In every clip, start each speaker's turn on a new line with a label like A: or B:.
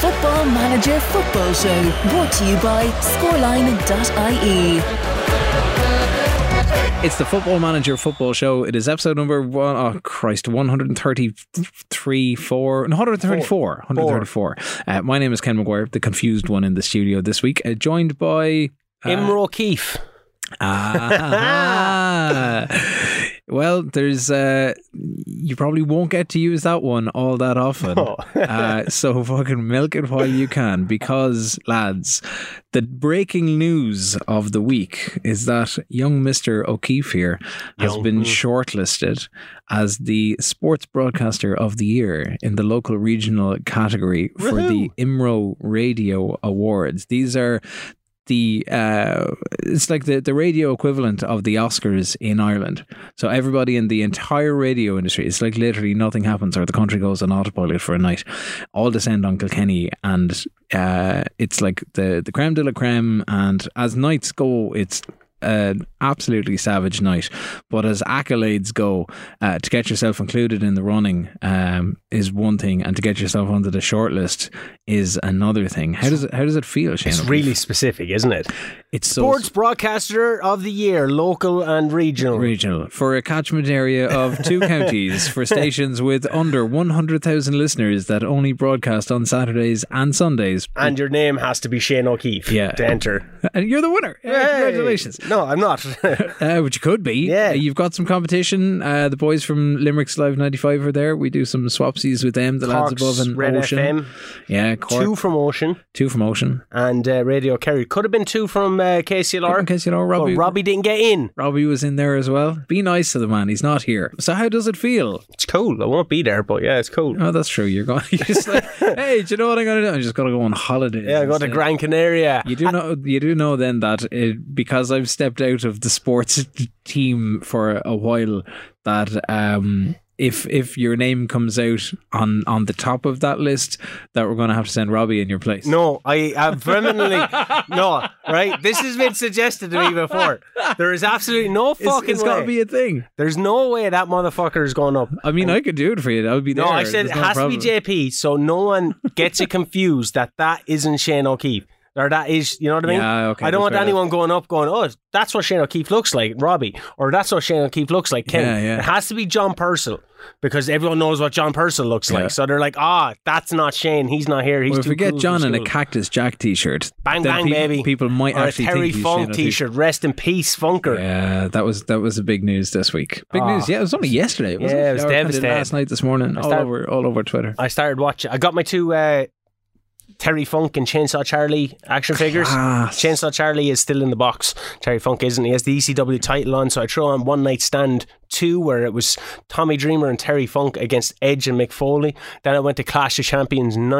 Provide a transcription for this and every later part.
A: Football Manager Football Show, brought to you by scoreline.ie.
B: It's the Football Manager Football Show. It is episode number one oh Christ, 133, 4, no, 134. 134. Uh, my name is Ken McGuire, the confused one in the studio this week, uh, joined by.
C: Imro Keefe.
B: Ah, well, there's. Uh, you probably won't get to use that one all that often.
C: Oh.
B: uh, so fucking milk it while you can, because, lads, the breaking news of the week is that young Mr. O'Keefe here has
C: Young.
B: been shortlisted as the sports broadcaster of the year in the local regional category for the IMRO Radio Awards. These are the uh, it's like the, the radio equivalent of the Oscars in Ireland. So everybody in the entire radio industry, it's like literally nothing happens or the country goes on autopilot for a night. All descend on Kilkenny and uh, it's like the the creme de la creme. And as nights go, it's an absolutely savage night. But as accolades go, uh, to get yourself included in the running um, is one thing, and to get yourself onto the shortlist is another thing. How does it, how does it feel, Shane?
C: It's really specific, isn't it?
B: It's so
C: Sports Broadcaster of the Year, local and regional.
B: regional for a catchment area of two counties for stations with under 100,000 listeners that only broadcast on Saturdays and Sundays.
C: and your name has to be Shane O'Keefe
B: Yeah.
C: to enter.
B: And you're the winner. Uh, Congratulations.
C: No, I'm not.
B: Uh, which you could be.
C: Yeah.
B: Uh, you've got some competition. Uh, the boys from Limerick's Live 95 are there. We do some swapsies with them. The lads
C: Cork's
B: above in
C: Red
B: Ocean.
C: FM,
B: Yeah, Cork.
C: two
B: Two,
C: from Ocean
B: from Ocean.
C: and uh, Radio Kerry. Could have been two from uh, KCLR,
B: In case you know, Robbie.
C: but Robbie didn't get in.
B: Robbie was in there as well. Be nice to the man. He's not here. So how does it feel?
C: It's cool. I won't be there, but yeah, it's cool.
B: Oh, that's true. You're going. You're just like, hey, do you know what I'm going to do? I'm just going to go on holiday.
C: yeah, I go to
B: instead."
C: Gran Canaria.
B: You do know. You do know then that it, because I've stepped out of the sports t- team for a while, that um, if if your name comes out on on the top of that list, that we're going to have to send Robbie in your place.
C: No, I have permanently no. Right, this has been suggested to me before. There is absolutely no
B: It's-
C: fucking
B: it's
C: way.
B: got to be a thing.
C: There's no way that motherfucker is going up.
B: I mean, I could do it for you. That would be there.
C: Oh. No, I said
B: There's
C: it
B: no
C: has
B: problem.
C: to be JP, so no one gets it confused that that isn't Shane O'Keefe or that is, you know what I mean?
B: Yeah, okay,
C: I don't
B: that's
C: want
B: fair
C: anyone going up going, oh, that's what Shane O'Keefe looks like, Robbie, or that's what Shane O'Keefe looks like, Ken.
B: Yeah, yeah.
C: It has to be John Purcell because everyone knows what John Purcell looks
B: Yeah.
C: like. So they're like, ah, that's not Shane. He's not here. He's
B: Well,
C: too
B: if we get
C: cool for
B: John in a
C: school."
B: Cactus Jack t-shirt,
C: bang
B: then
C: bang
B: people,
C: baby,
B: people might
C: or
B: actually
C: a Terry
B: think he's Shane
C: Funk
B: O'Keefe.
C: T-shirt. Rest in peace, Funker.
B: Yeah, that was that was a big news this week. Big
C: Ah.
B: news. Yeah, it was only yesterday. Wasn't
C: Yeah,
B: it,
C: it was
B: Or kind of
C: devastating.
B: Last night, this morning, all
C: started-
B: over all over Twitter.
C: I started watching. I got my two uh, Terry Funk and Chainsaw Charlie action figures.
B: Class.
C: Chainsaw Charlie is still in the box. Terry Funk isn't. He has the ECW title on, so I throw on One Night Stand 2, where it was Tommy Dreamer and Terry Funk against Edge and Mick Foley. Then I went to Clash of Champions 9,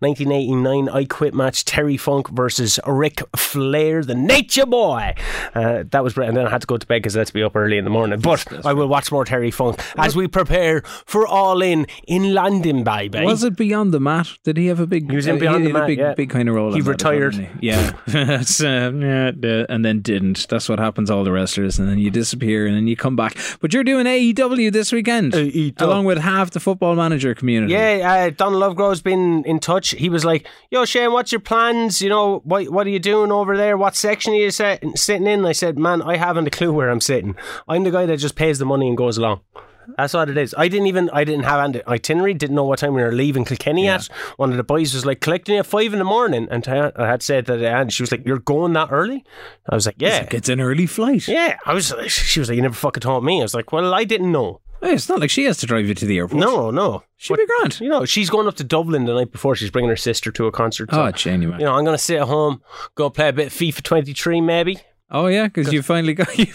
C: 1989 I Quit match, Terry Funk versus Rick Flair, the Nature Boy. Uh, that was, and then I had to go to bed because I had to be up early in the morning. But I will watch more Terry Funk as we prepare for All In in London, baby.
B: Was it beyond the mat? Did he have a big?
C: He was in
B: uh,
C: Beyond
B: he had a
C: the Mat,
B: Big,
C: yeah.
B: big kind of role.
C: He
B: in that as well,
C: retired.
B: didn't he? Yeah, That's, uh, yeah, the- and then didn't. That's what happens to all the wrestlers, and then you disappear, and then you come back. But you're doing AEW this weekend,
C: AEW.
B: along with half the football manager community.
C: E Yeah, uh, Donald Lovegrove's been in touch. He was like, "Yo, Shane, what's your plans? You know, what what are you doing over there? What section are you sit- sitting in?" And I said, "Man, I haven't a clue where I'm sitting. I'm the guy that just pays the money and goes along." That's what it is. I didn't even I didn't have an itinerary. Didn't know what time we were leaving Kilkenny at. One of the boys was like, "Collecting at five in the morning," and I I had said that, uh, and she was like, "You're going that early?" I was like, "Yeah."
B: It's an early flight.
C: yeah, I was. She was like, "You never fucking told me." I was like, "Well, I didn't know."
B: Hey, It's not like she has to drive you to the airport.
C: No, no.
B: she'd be grand.
C: You know, she's going up to Dublin the night before. She's bringing her sister to a concert. So,
B: Oh, genuine.
C: you know, I'm going to sit at home, go play a bit of FIFA 23, maybe.
B: Oh yeah, because you finally got. You,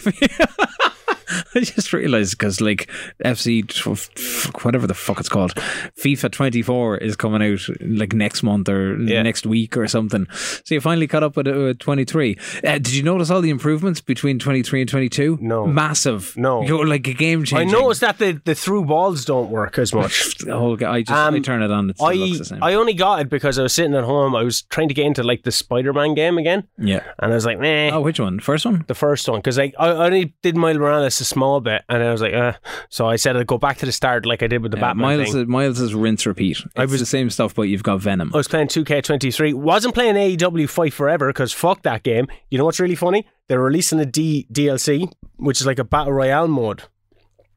B: I just realised because like FC, tw- f- whatever the fuck it's called, FIFA 24 is coming out like next month or
C: Yeah.
B: next week or something. So you finally caught up with uh, 23. Uh, did you notice all the improvements between 23 and 22?
C: No.
B: Massive.
C: No.
B: You're like a game
C: I
B: changer.
C: noticed that the, the through balls don't work as much.
B: The whole g- I just I
C: Um,
B: turn it on. It still
C: I,
B: looks the same.
C: I only got it because I was sitting at home. I was trying to get into like the Spider Man game again.
B: yeah.
C: And I was like, meh.
B: Oh, which one? First one?
C: The first one. Because I, I only did Miles Morales as small bit, and I was like, uh. so I said I'd go back to the start like I did with the
B: Yeah,
C: Batman
B: Uh, Miles,
C: thing.
B: is, Miles is rinse repeat. It's
C: I was- Uh,
B: the same stuff, but you've got Venom.
C: I was playing 2K23. Wasn't playing AEW Fight Forever because fuck that game. You know what's really funny? They're releasing a D- DLC, which is like a battle royale mode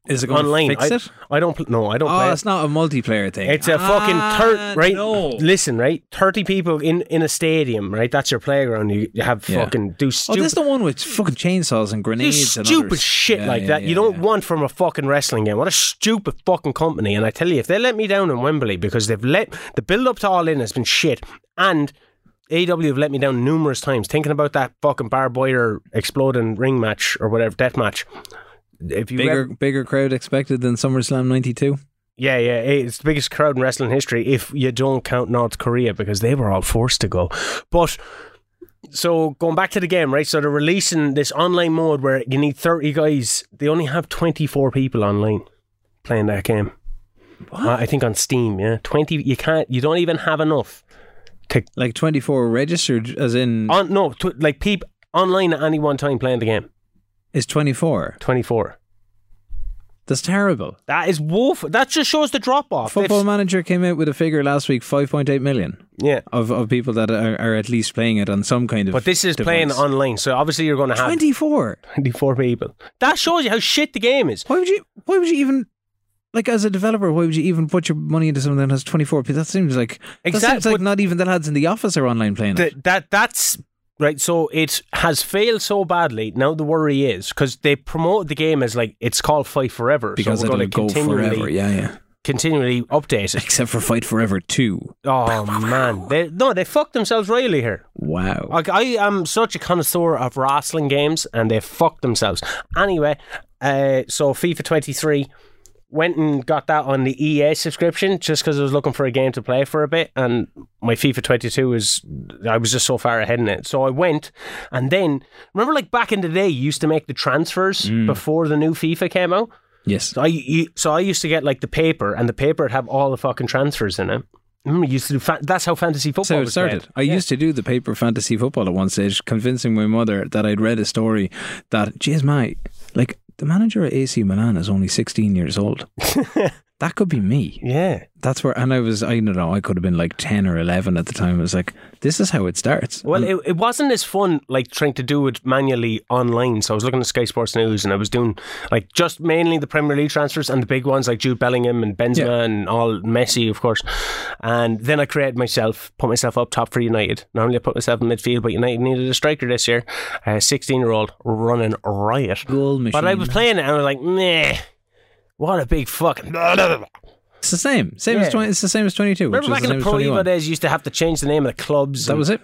B: is it going
C: online.
B: to fix
C: I,
B: it?
C: I don't. Pl- no, I don't play
B: Oh,
C: it.
B: it's not a multiplayer thing.
C: It's a
B: Ah,
C: fucking third, right?
B: No.
C: Listen, right? Thirty people in in a stadium, right? That's your playground. You you have
B: Yeah.
C: fucking do
B: Oh,
C: stupid.
B: this is the one with fucking chainsaws and
C: do
B: grenades and
C: stupid
B: others.
C: shit
B: Yeah,
C: like
B: yeah,
C: that
B: yeah,
C: you don't
B: yeah.
C: want from a fucking wrestling game. What a stupid fucking company! And I tell you, if they let me down in Wembley because they've let the build up to All In has been shit, and AEW have let me down numerous times. Thinking about that fucking barbed wire exploding ring match or whatever death match. If you
B: Bigger,
C: rep-
B: bigger crowd expected than SummerSlam 92.
C: Yeah, yeah, it's the biggest crowd in wrestling history if you don't count North Korea because they were all forced to go. But so going back to the game, right? So they're releasing this online mode where you need 30 guys. They only have 24 people online playing that game. Uh, I think on Steam, yeah. 20 you can't you don't even have enough.
B: Like 24 registered, as in,
C: On no, tw- like peep online at any one time playing the game.
B: is 24.
C: 24.
B: That's terrible.
C: That is woeful. That just shows the drop off.
B: Football Manager came out with a figure last week 5.8 million
C: Yeah.
B: of, of people that are, are at least playing it on some kind of.
C: But this is
B: device.
C: playing online, so obviously you're going to have
B: 24.
C: 24 people. That shows you how shit the game is.
B: Why would you? Why would you even? Like as a developer, why would you even put your money into something that has twenty four? That seems like
C: Exact-
B: that seems like
C: but-
B: not even the lads in the office are online playing it.
C: Th- that that's right. So it has failed so badly. Now the worry is because they promote the game as like it's called Fight Forever,
B: Because
C: so we're
B: it'll
C: going to
B: go
C: continually
B: forever, yeah, yeah.
C: continually update it.
B: Except for Fight Forever Two.
C: Oh man, they, no, they fucked themselves royally here.
B: Wow.
C: Like I am such a connoisseur of wrestling games, and they fucked themselves. Anyway, uh, so FIFA 23 went and got that on the EA subscription just because I was looking for a game to play for a bit, and my FIFA 22 was I was just so far ahead in it. So I went, and then remember, like back in the day, you used to make the transfers
B: Mm.
C: before the new FIFA came out.
B: yes.
C: So I you, so I used to get like the paper, and the paper would have all the fucking transfers in it. Remember, you used to do fa- that's how fantasy football
B: So it
C: was
B: started.
C: played.
B: I used to do the paper fantasy football at one stage, convincing my mother that I'd read a story that, geez, mate, like the manager at AC Milan is only sixteen years old. that could be me.
C: Yeah.
B: That's where, and I was, I don't know, I could have been like 10 or 11 at the time. I was like, this is how it starts.
C: Well, it, it wasn't as fun like trying to do it manually online. So I was looking at Sky Sports News and I was doing like just mainly the Premier League transfers and the big ones like Jude Bellingham and Benzema
B: Yeah.
C: and all Messi, of course. And then I created myself, put myself up top for United. Normally I put myself in midfield, but United needed a striker this year. A 16 year old running riot.
B: Goal machine.
C: But I was playing it and I was like, meh. What a big fucking.
B: It's the same. Same
C: Yeah.
B: as 20, it's the same as 22. which
C: Remember
B: is
C: back
B: the
C: in
B: same
C: the
B: as
C: Pro
B: 21.
C: Evo days, you used to have to change the name of the clubs.
B: That
C: and-
B: was it.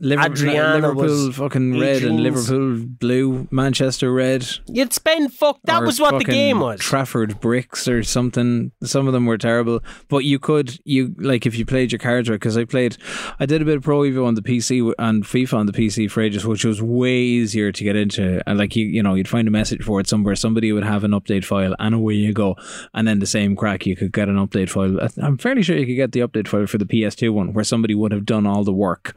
B: Liverpool,
C: Adriana
B: Liverpool
C: was
B: fucking red and
C: Adrian's.
B: Liverpool blue, Manchester red.
C: You'd spend fuck. That
B: or
C: was what the
B: fucking
C: game was.
B: Trafford bricks or something. Some of them were terrible, but you could you like if you played your cards right. Because I played, I did a bit of Pro Evo on the PC w- and FIFA on the PC for ages, which was way easier to get into. And like you, you know, you'd find a message for it somewhere. Somebody would have an update file, and away you go. And then the same crack, you could get an update file. I- I'm fairly sure you could get the update file for the PS2 one, where somebody would have done all the work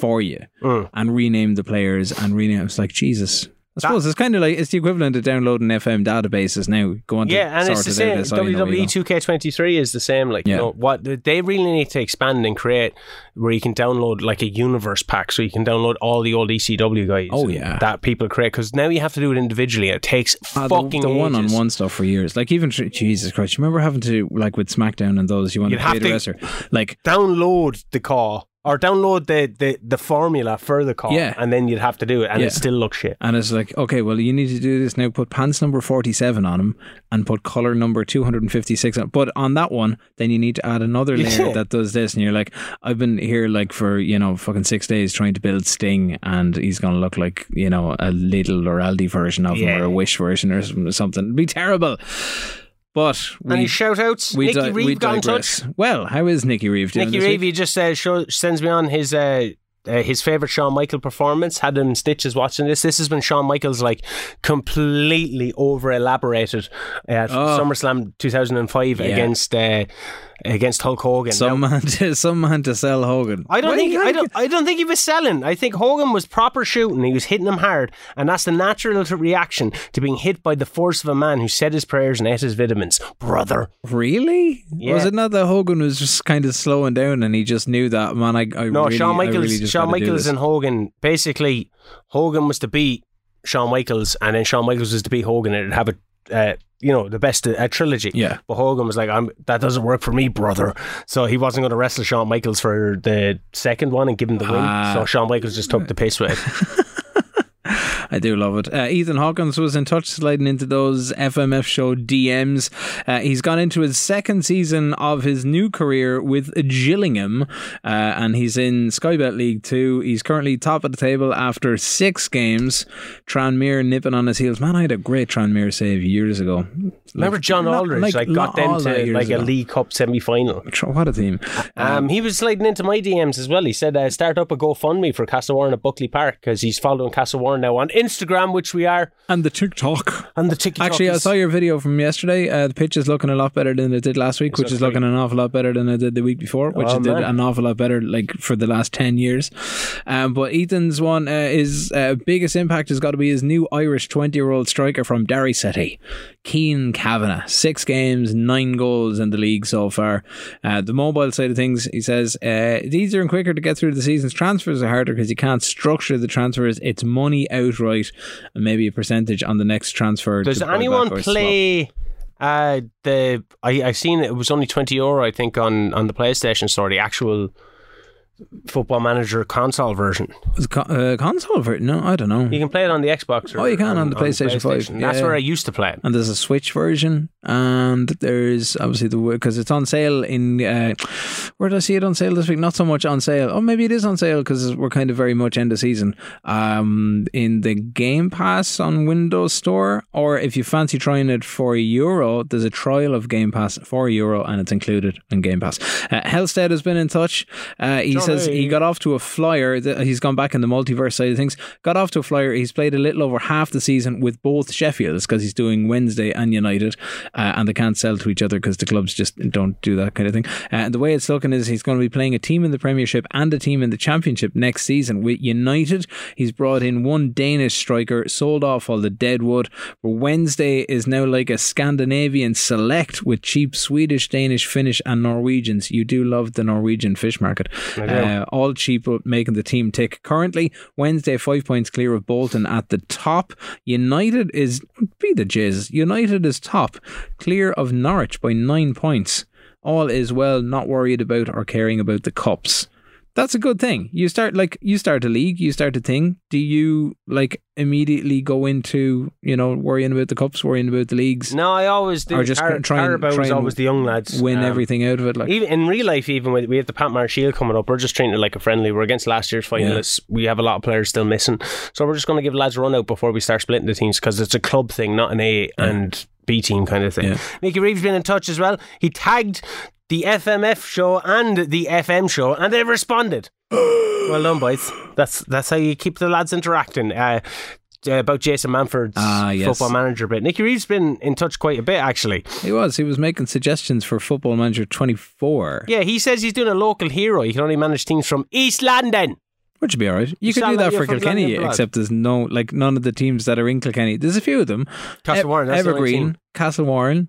B: for you
C: Mm.
B: and rename the players and rename. It's like Jesus. I suppose it's kind of like it's the equivalent of downloading FM databases now. Go on,
C: Yeah, and
B: to
C: it's
B: sort
C: the
B: it
C: same. E
B: out, how you know
C: WWE
B: you go.
C: 2K23 is the same. Like, you
B: Yeah.
C: know, what they really need to expand and create where you can download like a universe pack, so you can download all the old ECW guys.
B: Oh,
C: and
B: yeah.
C: that people create because now you have to do it individually. It takes
B: Ah, the-
C: fucking
B: the
C: ages.
B: one on one stuff for years. Like even tr- Jesus Christ, you remember having to like with SmackDown and those you want
C: You'd
B: to play
C: have
B: the
C: to-
B: wrestler. Like
C: Download the car or download the the, the formula for the car,
B: Yeah.
C: and then you'd have to do it, and
B: Yeah.
C: it still looks shit.
B: and it's like, okay, well you need to do this now. Put pants number forty seven on him and put color number two hundred and fifty six on but on that one, then you need to add another layer
C: Yeah.
B: that does this and you're like, I've been here like for, you know, fucking six days trying to build Sting and he's gonna look like, you know, a little or Aldi version of
C: Yeah.
B: him or a wish version or some- something. It'd be terrible. But
C: Any
B: we
C: shout outs?
B: we,
C: Nikki
B: di-
C: Reeve
B: we
C: got in touch.
B: digress. Well, how is Nikki Reeve doing?
C: Nicky
B: this week?
C: Reeve he just uh, show, sends me on his uh, uh, his favorite Shawn Michael performance. Had him in stitches watching this. This has been Shawn Michaels like completely over elaborated at
B: Oh.
C: SummerSlam 2005
B: Yeah.
C: against uh, against Hulk Hogan.
B: Some
C: Now,
B: man, to, some man to sell Hogan.
C: I don't
B: Why
C: think
B: you
C: I
B: like
C: don't I don't think he was selling. I think Hogan was proper shooting. He was hitting him hard, and that's the natural t- reaction to being hit by the force of a man who said his prayers and ate his vitamins, brother.
B: it? Really?
C: Yeah.
B: Was it not that Hogan was just kind of slowing down and he just knew that man? I, I
C: No,
B: really,
C: Shawn
B: I
C: Michaels,
B: really just
C: Shawn
B: gotta do
C: Michaels
B: this.
C: and Hogan. Basically, Hogan was to beat Shawn Michaels, and then Shawn Michaels was to beat Hogan, and it'd have a uh, you know the best a trilogy.
B: Yeah.
C: But Hogan was like, I'm, "That doesn't work for me, brother." So he wasn't going to wrestle Shawn Michaels for the second one and give him the
B: Ah.
C: win. So Shawn Michaels just took the piss with it.
B: I do love it. Uh, Ethan Hawkins was in touch, sliding into those FMF show DMs. Uh, he's gone into his second season of his new career with Gillingham, uh, and he's in Skybet League 2. He's currently top of the table after six games. Tranmere nipping on his heels. Man, I had a great Tranmere save years ago.
C: Remember John
B: not-
C: Aldridge?
B: like,
C: Like,
B: not
C: got them
B: all that
C: to
B: years
C: like a
B: ago.
C: League Cup semi final.
B: Tr- What a team.
C: Um, he was sliding into my DMs as well. He said, uh, "Start up a GoFundMe for Castle Warren at Buckley Park because he's following Castle Warren now on Instagram, which we are."
B: And the TikTok.
C: And the TikTok.
B: Actually, I
C: is-
B: saw your video from yesterday. Uh, the pitch is looking a lot better than it did last week, which is looking an awful lot better than it did the week before, which
C: Oh,
B: it did
C: man.
B: an awful lot better like for the last ten years. Um, but Ethan's one uh, is uh, biggest impact has got to be his new Irish twenty-year-old striker from Derry City, Keane Kavanagh. Six games, nine goals in the league so far. Uh, the mobile side of things, he says, uh, it's easier and quicker to get through the season's transfers are harder because you can't structure the transfers. It's money outright, and maybe a percentage on the next transfer.
C: Does
B: to buy
C: anyone
B: back or swap.
C: play uh, the? I I seen it, it was only twenty euro, I think, on on the PlayStation Store, the actual Football Manager console version.
B: Was co- uh, console ver- No, I don't know.
C: You can play it on the Xbox. Or,
B: Oh, you can on the PlayStation 5,
C: That's
B: yeah.
C: where I used to play it.
B: and there's a Switch version, and there's obviously the because it's on sale in uh, where did I see it on sale this week? Not so much on sale. Oh, maybe it is on sale because we're kind of very much end of season. Um, in the Game Pass on Windows Store, or if you fancy trying it for a euro, there's a trial of Game Pass for a euro, and it's included in Game Pass. Uh, Helsted has been in touch. Uh, he says he
C: Johnny.
B: got off to a flyer. Th- He's gone back in the multiverse side of things. Got off to a flyer. He's played a little over half the season with both Sheffields because he's doing Wednesday and United, uh, and they can't sell to each other because the clubs just don't do that kind of thing. Uh, and the way it's looking is he's going to be playing a team in the Premiership and a team in the Championship next season. With United, he's brought in one Danish striker, sold off all the deadwood. But Wednesday is now like a Scandinavian select with cheap Swedish, Danish, Finnish, and Norwegians. You do love the Norwegian fish market. Uh, all cheap, but making the team tick. Currently, Wednesday five points clear of Bolton at the top. United is be the jizz. United is top, clear of Norwich by nine points. All is well. Not worried about or caring about the cups. That's a good thing. You start like you start a league, you start a thing. Do you like immediately go into you know worrying about the cups, worrying about the leagues,
C: No, I always do.
B: Or just
C: Car-
B: try and-
C: Carabao
B: try
C: was
B: and
C: always the young lads.
B: win
C: um,
B: everything out of it? Like
C: Even in real life, even with we have the Pat Mar Shield coming up, we're just treating it like a friendly. We're against last year's finalists. We have a lot of players still missing, so we're just going to give lads a run out before we start splitting the teams because it's a club thing, not an A and B team kind of thing.
B: Yeah.
C: Nicky Reeves been in touch as well. He tagged the FMF show and the FM show, and they responded. well done, boys. That's that's how you keep the lads interacting. Uh, uh, about Jason Manford's
B: Ah, yes.
C: football manager bit. Nicky Reeves been in touch quite a bit actually.
B: he was, he was making suggestions for Football Manager twenty four.
C: Yeah, he says he's doing a local hero. He can only manage teams from East London.
B: Which would be alright. You could
C: sound
B: do
C: like
B: that
C: you're
B: for
C: from
B: Kilkenny,
C: London blood.
B: except there's no like none of the teams that are in Kilkenny. There's a few of them.
C: Castle
B: Ev-
C: Warren, that's the
B: E-
C: only
B: Evergreen,
C: team.
B: Castle Warren.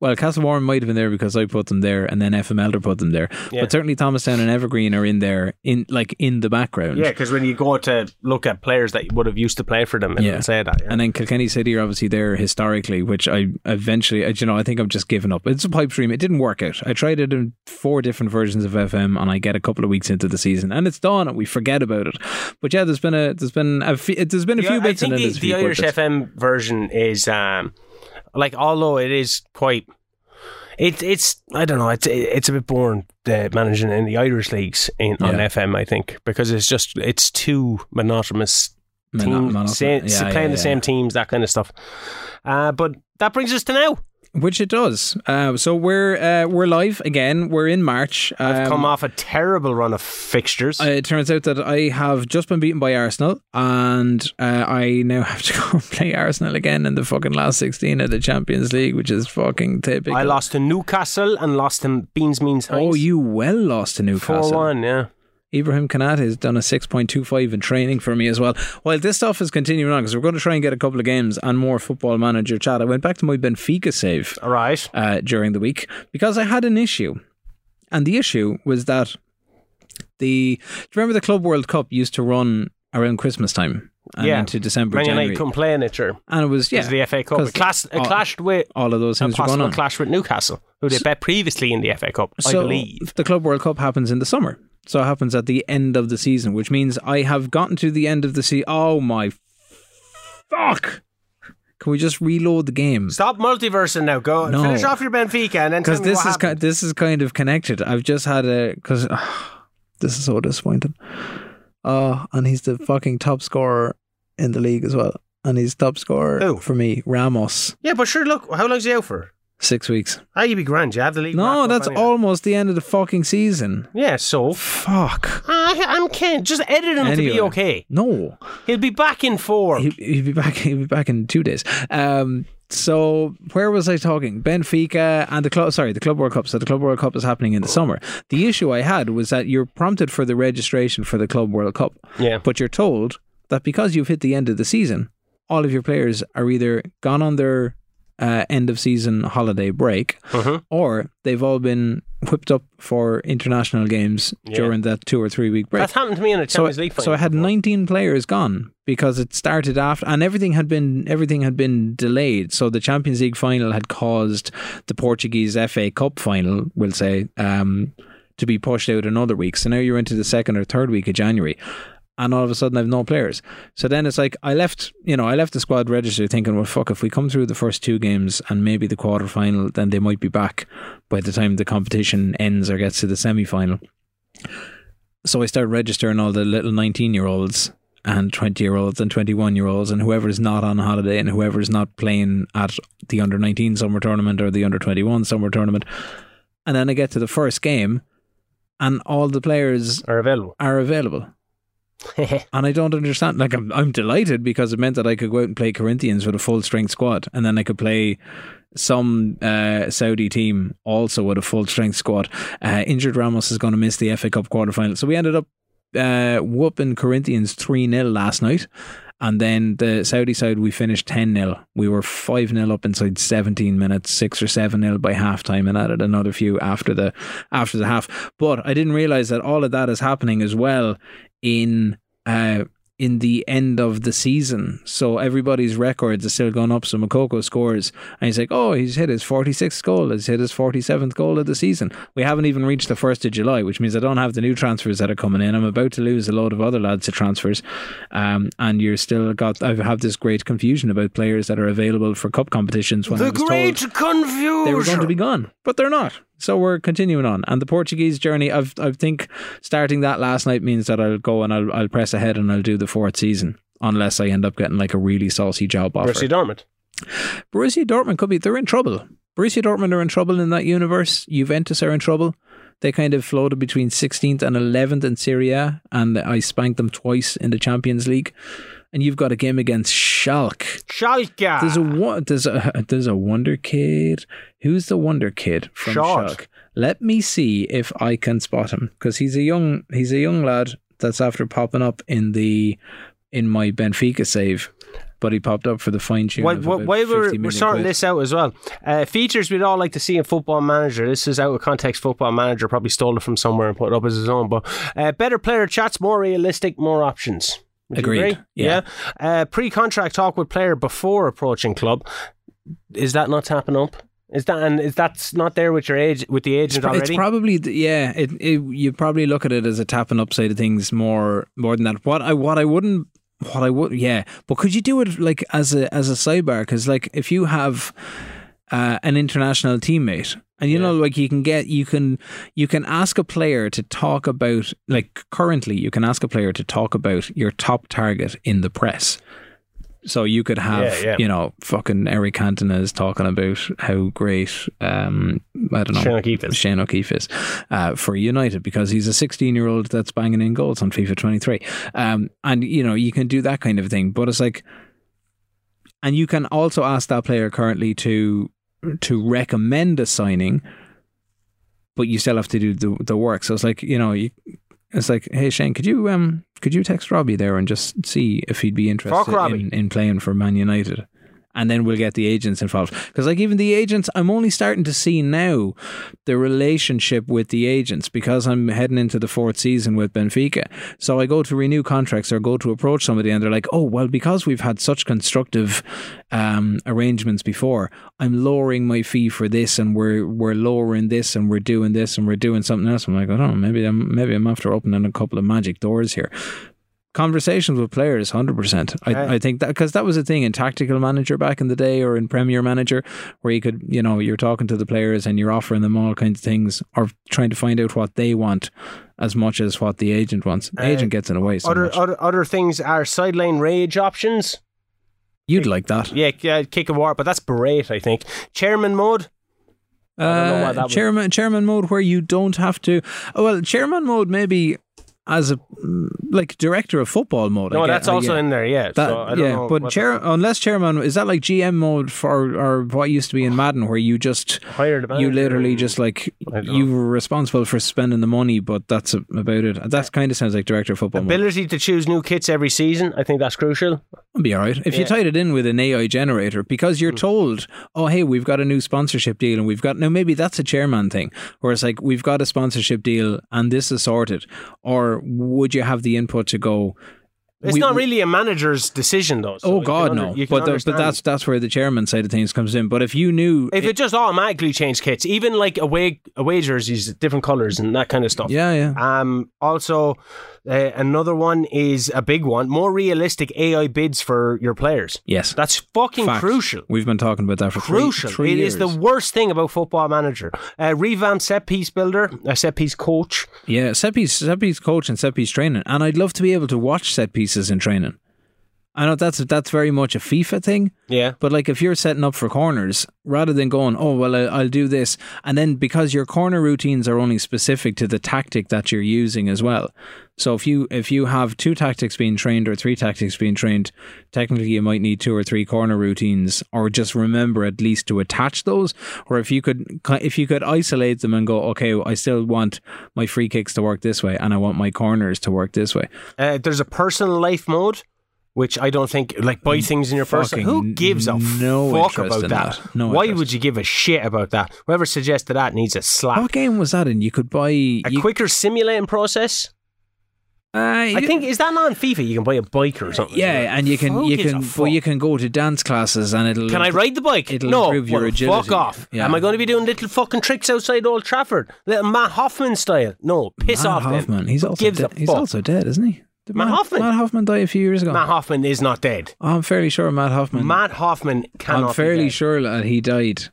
B: Well, Castle Warren might have been there because I put them there, and then FM Elder put them there.
C: Yeah.
B: But certainly Thomastown and Evergreen are in there, in like in the background.
C: Yeah, because when you go to look at players that would have used to play for them, and
B: Yeah.
C: say that. yeah.
B: And then Kilkenny City are obviously there historically, which I eventually, I, you know, I think I'm just giving up. It's a pipe dream. It didn't work out. I tried it in four different versions of FM, and I get a couple of weeks into the season, and it's done, and we forget about it. But yeah, there's been a, there's been a, fe- there's been a
C: The-
B: few
C: I
B: bits in
C: think
B: it.
C: the,
B: there's a
C: the
B: few
C: Irish
B: budgets.
C: FM version is um, like, although it is quite. It, it's I don't know it's it's a bit boring uh, managing in the Irish leagues in, on
B: Yeah.
C: FM I think because it's just it's too monotonous
B: Mono-
C: team,
B: mono-
C: sa-
B: yeah,
C: playing
B: yeah,
C: the
B: yeah.
C: same teams, that kind of stuff. Uh, but that brings us to now.
B: which it does. Uh, so we're uh, we're live again. We're in March.
C: I've
B: Um,
C: come off a terrible run of fixtures.
B: uh, it turns out that I have just been beaten by Arsenal, and uh, I now have to go and play Arsenal again in the fucking last sixteen of the Champions League, which is fucking typical.
C: I lost to Newcastle and lost to Beans Means Heinz.
B: Oh, you well lost to Newcastle.
C: 4 1, yeah.
B: Ibrahim Kanate has done a 6.25 in training for me as well. While this stuff is continuing on, because we're going to try and get a couple of games and more football manager chat, I went back to my Benfica save
C: All right.
B: uh, during the week because I had an issue. And the issue was that the. Do you remember the Club World Cup used to run around Christmas time and
C: Yeah.
B: into December,
C: Man
B: January?
C: United couldn't play in it, sure.
B: and it was, yeah.
C: It was the FA Cup.
B: 'cause
C: It, class, it
B: all-
C: clashed with
B: All of those
C: a
B: things were going
C: possible
B: on.
C: clash with Newcastle, who they bet previously in the FA Cup, I believe.
B: The Club World Cup happens in the summer. So it happens at the end of the season, which means I have gotten to the end of the season. Oh my fuck. Can we just reload the game?
C: Stop multiversing now. Go
B: No.
C: finish off your Benfica and then tell
B: Because
C: me
B: this
C: what
B: is ki-
C: happened.
B: this is kind of connected. I've just had a because this is so disappointing. Oh, and he's the fucking top scorer in the league as well, and he's top scorer
C: Who?
B: for me. Ramos,
C: Yeah, but sure, look, how long's he out for?
B: six weeks.
C: Ah, you'd be grand. You have the league. wrapped
B: No,
C: up
B: that's
C: anyway.
B: almost the end of the fucking season.
C: Yeah, so.
B: Fuck.
C: I, I'm Ken. Just edit him to be
B: Anyway.
C: okay.
B: No.
C: He'll be back in form.
B: He, he'll be back. He'll be back in two days. Um, so where was I talking? Benfica and the club. Sorry, the Club World Cup. So the Club World Cup is happening in the summer. The issue I had was that you're prompted for the registration for the Club World Cup,
C: yeah.
B: but you're told that because you've hit the end of the season, all of your players are either gone on their uh, end of season holiday break,
C: Mhm.
B: or they've all been whipped up for international games
C: Yeah.
B: during that two or three week break.
C: That's happened to me in a
B: So,
C: Champions League final.
B: so I had 19 players gone because it started after, and everything had been everything had been delayed. So the Champions League final had caused the Portuguese FA Cup final, we'll say, um, to be pushed out another week. So now you're into the second or third week of January. And all of a sudden, I've no players. So then it's like I left, you know, I left the squad register thinking, well, fuck, if we come through the first two games and maybe the quarter final, then they might be back by the time the competition ends or gets to the semi final. So I started registering all the little 19 year olds and 20 year olds and 21 year olds and whoever's not on holiday and whoever's not playing at the under 19 summer tournament or the under 21 summer tournament. And then I get to the first game and all the players
C: are available.
B: are available. And I don't understand. Like, I'm, I'm delighted because it meant that I could go out and play Corinthians with a full strength squad. And then I could play some uh, Saudi team also with a full strength squad. Uh, injured Ramos is going to miss the FA Cup quarterfinal. So we ended up uh, whooping Corinthians 3 0 last night. And then the Saudi side, we finished 10 0. We were 5 0 up inside 17 minutes, 6 or 7 0 by half time, and added another few after the after the half. But I didn't realize that all of that is happening as well in. Uh, in the end of the season. So everybody's records are still going up. So Makoko scores and he's like, oh, he's hit his 46th goal. He's hit his 47th goal of the season. We haven't even reached the 1st of July, which means I don't have the new transfers that are coming in. I'm about to lose a load of other lads to transfers. Um, and you're still got, I have this great confusion about players that are available for cup competitions when I
C: The
B: was told
C: great confusion.
B: they were going to be gone, but they're not. So we're continuing on, and the Portuguese journey. I've, I think starting that last night means that I'll go and I'll, I'll press ahead and I'll do the fourth season, unless I end up getting like a really saucy job offer.
C: Borussia
B: Borussia,
C: Dortmund.
B: Dortmund could be they're in trouble. Borussia Dortmund are in trouble in that universe. Juventus are in trouble. They kind of floated between 16th and 11th in Syria, and I spanked them twice in the Champions League. And you've got a game against Schalke.
C: Schalke.
B: There's a wo- there's a there's a wonder kid. Who's the wonder kid from
C: Short.
B: Shock? Let me see if I can spot him because he's a young he's a young lad that's after popping up in the in my Benfica save, but he popped up for the fine tune.
C: why,
B: of
C: why,
B: about
C: why we're,
B: 50
C: we're
B: million
C: sorting
B: quid.
C: this out as well. Uh, features we'd all like to see in Football Manager. This is out of context. Football Manager probably stole it from somewhere and put it up as his own. But uh, better player chats, more realistic, more options. Would you
B: Agreed.
C: agree?
B: Yeah.
C: Uh, pre-contract talk with player before approaching club. Is that not tapping up? Is that and is that's not there with your age with the agent
B: Pro-
C: already?
B: It's probably th- yeah. It, it you probably look at it as a tapping up side of things more more than that. What I what I wouldn't what I would yeah. But could you do it like as a as a sidebar? Because like if you have uh, an international teammate. And you know, like you can get, you can, you can ask a player to talk about, like currently, you can ask a player to talk about your top target in the press. So you could have,
C: Yeah, yeah.
B: you know, fucking Eric Cantona is talking about how great, um, I don't know,
C: Shane O'Keefe is.
B: Shane O'Keefe is uh, for United because he's a 16 year old that's banging in goals on FIFA 23. Um, and, you know, you can do that kind of thing. But it's like, and you can also ask that player currently to to recommend a signing, but you still have to do the, the work. So it's like, you know, you, it's like, hey, Shane, could you um could you text Robbie there and just see if he'd be interested
C: Robbie.
B: in, in playing for Man United? And then we'll get the agents involved. Because, like, even the agents, I'm only starting to see now the relationship with the agents because I'm heading into the fourth season with Benfica. So I go to renew contracts or go to approach somebody, and they're like, "Oh, well, because we've had such constructive um, arrangements before, I'm lowering my fee for this, and we're we're lowering this, and we're doing this, and we're doing something else." I'm like, "I don't know, maybe I'm maybe I'm after opening a couple of magic doors here." Conversations with players, hundred percent.
C: Right.
B: I, I think that because that was a thing in tactical manager back in the day, or in Premier Manager, where you could, you know, you're talking to the players and you're offering them all kinds of things, or trying to find out what they want as much as what the agent wants. The
C: Uh,
B: agent gets in the way so
C: other,
B: much.
C: other other things are sideline rage options.
B: You'd like that.
C: Yeah, yeah, kick a war, but that's berate. I think chairman mode. don't know why that
B: Uh,
C: would-
B: chairman chairman mode where you don't have to. oh, well, chairman mode maybe as a mm, like director of football mode. I
C: No,
B: get-
C: that's
B: I
C: also
B: get.
C: in there. Yeah,
B: That-
C: so I don't
B: yeah,
C: know
B: but
C: what
B: chair unless chairman is that like GM mode for or what used to be in Madden, where you just
C: the- hire the
B: you
C: manager
B: literally
C: and-
B: just like
C: I don't
B: you were responsible for spending the money, but that's a- about it. That kind of sounds like director of football. mode.
C: ability to choose new kits every season. I think that's crucial.
B: It'll be all right if you
C: Yeah. Hmm.
B: tied it in with an AI generator because you're told, oh hey, we've got a new sponsorship deal and we've got now maybe that's a chairman thing where it's like we've got a sponsorship deal and this is sorted, or would you have the input to go?
C: It's
B: "We-
C: not really a manager's decision, though. so
B: Oh
C: you can
B: God,
C: under-
B: no!
C: you can
B: But the, but
C: understand.
B: that's that's where the chairman side of things comes in. But if you knew,
C: if it just automatically changed kits, even like away away jerseys, different colors and that kind of stuff.
B: yeah, yeah,
C: Um, also, uh, another one is a big one: more realistic AI bids for your players.
B: yes,
C: That's fucking
B: Fact.
C: crucial.
B: We've been talking about that for three-
C: Crucial.
B: Three,
C: It
B: years.
C: is the worst thing about Football Manager. Uh, revamped set piece builder, a set piece coach.
B: Yeah, set piece, set piece coach and set piece training, and I'd love to be able to watch set pieces in training. I know that's that's very much a FIFA thing,
C: Yeah.
B: but like if you're setting up for corners, rather than going, oh well, I, I'll do this, and then because your corner routines are only specific to the tactic that you're using as well. So if you if you have two tactics being trained or three tactics being trained, technically you might need two or three corner routines, or just remember at least to attach those. Or if you could if you could isolate them and go, okay, I still want my free kicks to work this way, and I want my corners to work this way.
C: Uh, there's a personal life mode, which I don't think like buy things in your
B: Fucking
C: personal. Who gives a
B: no
C: fuck
B: interest
C: about
B: in
C: that?
B: that. No
C: Why
B: interest.
C: would you give a shit about that? Whoever suggested that needs a slap.
B: What game was that in? You could buy.
C: A
B: you-
C: quicker simulating process.
B: Uh,
C: I think is that not on FIFA? You can buy a bike or something.
B: Yeah, and you can
C: Who
B: you
C: gives
B: can
C: a
B: well, you
C: fuck?
B: can go to dance classes and it'll.
C: Can I ride the bike?
B: It'll
C: no,
B: improve your
C: well,
B: agility.
C: fuck off.
B: Yeah.
C: Am I going to be doing little fucking tricks outside Old Trafford, little Matt Hoffman style? No, piss
B: Matt
C: off. then.
B: Hoffman. He's
C: Who
B: also
C: gives
B: dead.
C: a
B: he's
C: fuck?
B: also dead, isn't he? Did
C: Matt Hoffman?
B: Matt Hoffman died a few years ago.
C: Matt Hoffman is not dead.
B: I'm fairly sure Matt Hoffman.
C: Matt Hoffman cannot.
B: I'm fairly
C: be dead.
B: sure that he died.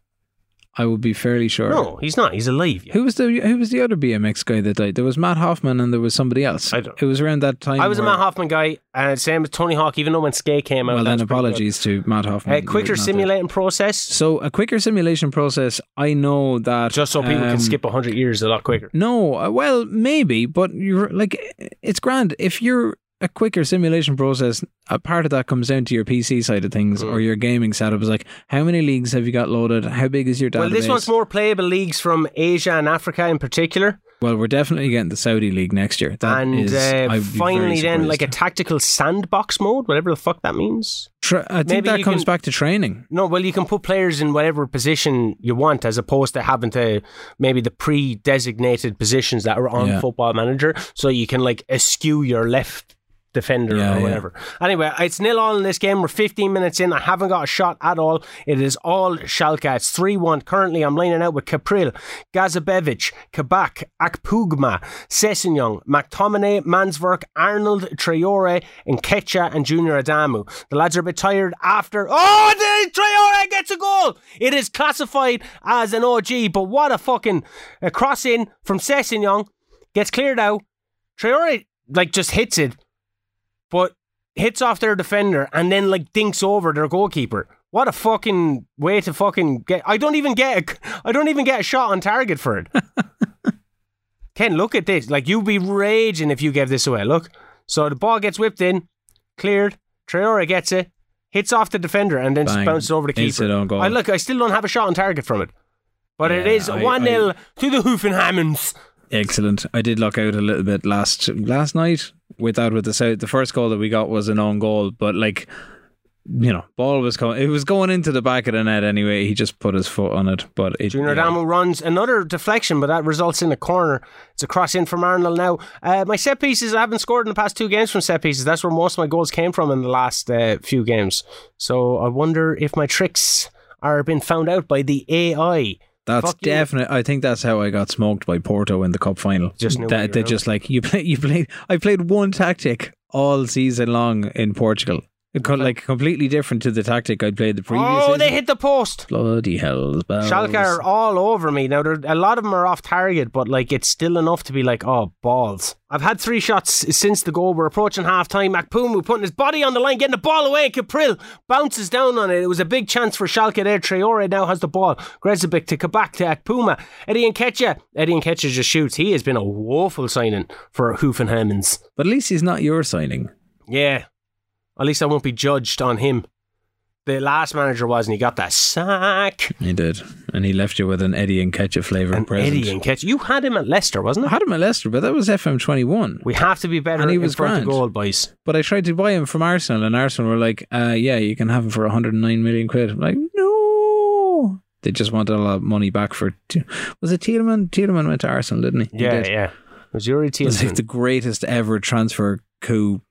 B: I would be fairly sure.
C: No, he's not. He's alive.
B: Who was the Who was the other BMX guy that died? There was Matt Hoffman and there was somebody else.
C: I don't
B: It was around that time.
C: I was a
B: where,
C: Matt Hoffman guy, and same as Tony Hawk. Even though when Skate came out,
B: Well,
C: that
B: then
C: was pretty
B: apologies to Matt
C: good.
B: Hoffman.
C: Uh, quicker
B: You're not dead.
C: simulating process,
B: So a quicker simulation process. I know that
C: just so people
B: um,
C: can skip hundred years a lot quicker.
B: No, uh, well, maybe, but you're like, it's grand if you're a quicker simulation process. A part of that comes down to your PC side of things
C: Mm.
B: or your gaming setup. Is like, how many leagues have you got loaded? How big is your database?
C: Well, this one's more playable leagues from Asia and Africa in particular,
B: Well, we're definitely getting the Saudi league next year. That
C: and
B: is- I'd
C: uh,
B: be very
C: finally then
B: surprised.
C: like a tactical sandbox mode, whatever the fuck that means.
B: Tra- I think
C: maybe
B: that
C: you
B: comes
C: can-
B: back to training.
C: No, well, you can put players in whatever position you want, as opposed to having to maybe the pre-designated positions that are on
B: Yeah.
C: Football Manager, so you can like eschew your left defender
B: Yeah, yeah.
C: or whatever. Anyway, it's nil all in this game. We're 15 minutes in. I haven't got a shot at all. It is all Schalke. It's 3-1. Currently, I'm lining out with Capril, Gazabevic, Kabak, Akpugma, Sessignon, McTominay, Mansverk, Arnold, Traore, and Ketcha and Junior Adamu. The lads are a bit tired after... Oh, the Traore gets a goal! It is classified as an OG, but what a fucking uh, cross-in from Sessignon. Gets cleared out. Traore, like, just hits it but hits off their defender and then like dinks over their goalkeeper. What a fucking way to fucking get! I don't even get a, I don't even get a shot on target for it. Ken, look at this. Like you'd be raging if you gave this away. Look, so the ball gets whipped in, cleared. Traore gets it, hits off the defender, and then
B: Bang.
C: bounces over the
B: Hits it
C: keeper.
B: on goal.
C: I look, I still don't have a shot on target from it, but it
B: Yeah,
C: is
B: I-
C: one 0 to the Hoffenheimens.
B: Excellent. I did luck out a little bit last last night with that with the south. The first goal that we got was an own goal, but like you know, ball was coming. It was going into the back of the net anyway. He just put his foot on it, but it. yeah.
C: Junior Damo runs another deflection, but that results in a corner. It's a cross in from Arnold now. Uh, my set pieces, I haven't scored in the past two games from set pieces. That's where most of my goals came from in the last uh, few games. So I wonder if my tricks are being found out by the AI.
B: That's
C: Fuck you.
B: definite. I think that's how I got smoked by Porto in the cup final.
C: Just knew what you
B: that
C: were
B: they
C: on.
B: just like you play you played. I played one tactic all season long in Portugal. It co- like completely different to the tactic I played the previous.
C: Oh, they
B: season.
C: hit the post.
B: bloody hell!
C: Schalke
B: Um,
C: are all over me now. There, a lot of them are off target, but like it's still enough to be like, oh balls. I've had three shots since the goal. We're approaching half time. Makpumu putting his body on the line, getting the ball away. Capril bounces down on it. It was a big chance for Schalke there. Traore now has the ball. Grezovic to Kabak to Akpuma. Eddie Nketiah. Eddie Nketiah just shoots. He has been a woeful signing for Hoffenheimens.
B: But at least he's not your signing.
C: Yeah. At least I won't be judged on him. The last manager was, and he got that sack.
B: He did, and he left you with an Eddie and ketchup flavor
C: An
B: present.
C: Eddie and catch. You had him at Leicester, wasn't
B: I
C: it?
B: had him at Leicester, but that was FM twenty one.
C: We have to be better.
B: And he
C: in
B: was
C: front of
B: grand.
C: goal, boys.
B: But I tried to buy him from Arsenal, and Arsenal were like, uh, "Yeah, you can have him for one hundred and nine million quid." I'm like, no, they just wanted a lot of money back for. T- was it Tiedemann? Tiedemann went to Arsenal, didn't he? He
C: Yeah,
B: did.
C: yeah. It was Yuri
B: It was like
C: Tielemans.
B: the greatest ever transfer coup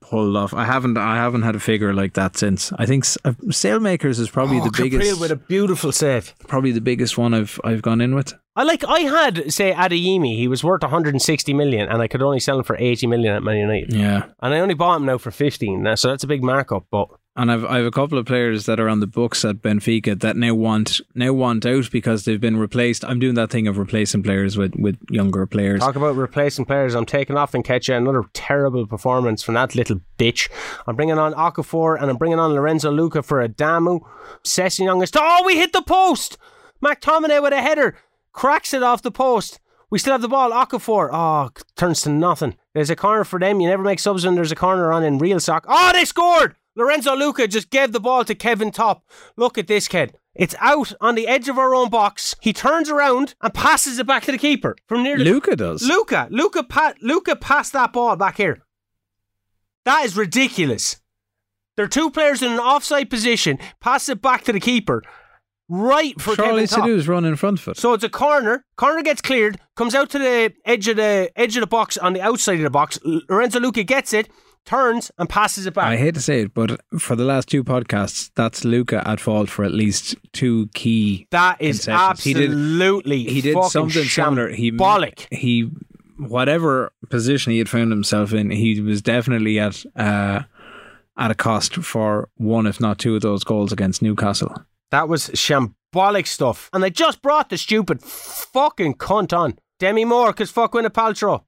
B: pulled off. I haven't, I haven't had a figure like that since. I think S- uh, Sailmakers is probably the biggest,
C: Oh, with a beautiful save.
B: probably the biggest one I've I've gone in with.
C: I like. I had say Adeyemi. He was worth 160 million, and I could only sell him for 80 million at Man United,
B: Yeah,
C: and I only bought him now for 15. Now, so that's a big markup. But
B: and I've I've a couple of players that are on the books at Benfica that now want now want out because they've been replaced. I'm doing that thing of replacing players with with younger players.
C: talk about replacing players. I'm taking off and catch another terrible performance from that little bitch. I'm bringing on Okafor and I'm bringing on Lorenzo Luca for Adamu. Sessignon is oh, we hit the post. McTominay with a header cracks it off the post. We still have the ball. Okafor. Oh, c- turns to nothing. There's a corner for them. You never make subs when there's a corner on in real sock. Oh, they scored! Lorenzo Luca just gave the ball to Kevin Top. Look at this kid. It's out on the edge of our own box. He turns around and passes it back to the keeper from near the
B: Luca does.
C: Luca, Luca, pa- Luca, pass that ball back here. That is ridiculous. There are two players in an offside position. Pass it back to the keeper, right for
B: Charlie
C: Kevin Topp.
B: Sadu's run in front foot.
C: So it's a corner. Corner gets cleared, comes out to the edge of the edge of the box on the outside of the box. L- Lorenzo Luca gets it, turns and passes it
B: I
C: back.
B: hate to say it, but for the last two podcasts, that's Luca at fault for at least two key.
C: that is
B: Concessions. He did-
C: absolutely
B: He did
C: fucking
B: something similar. He
C: shambolic.
B: He whatever position he had found himself in, he was definitely at uh, at a cost for one, if not two, of those goals against Newcastle.
C: That was shambolic stuff. And they just brought the stupid fucking cunt on. Demi Moore, because fuck Gwyneth Paltrow.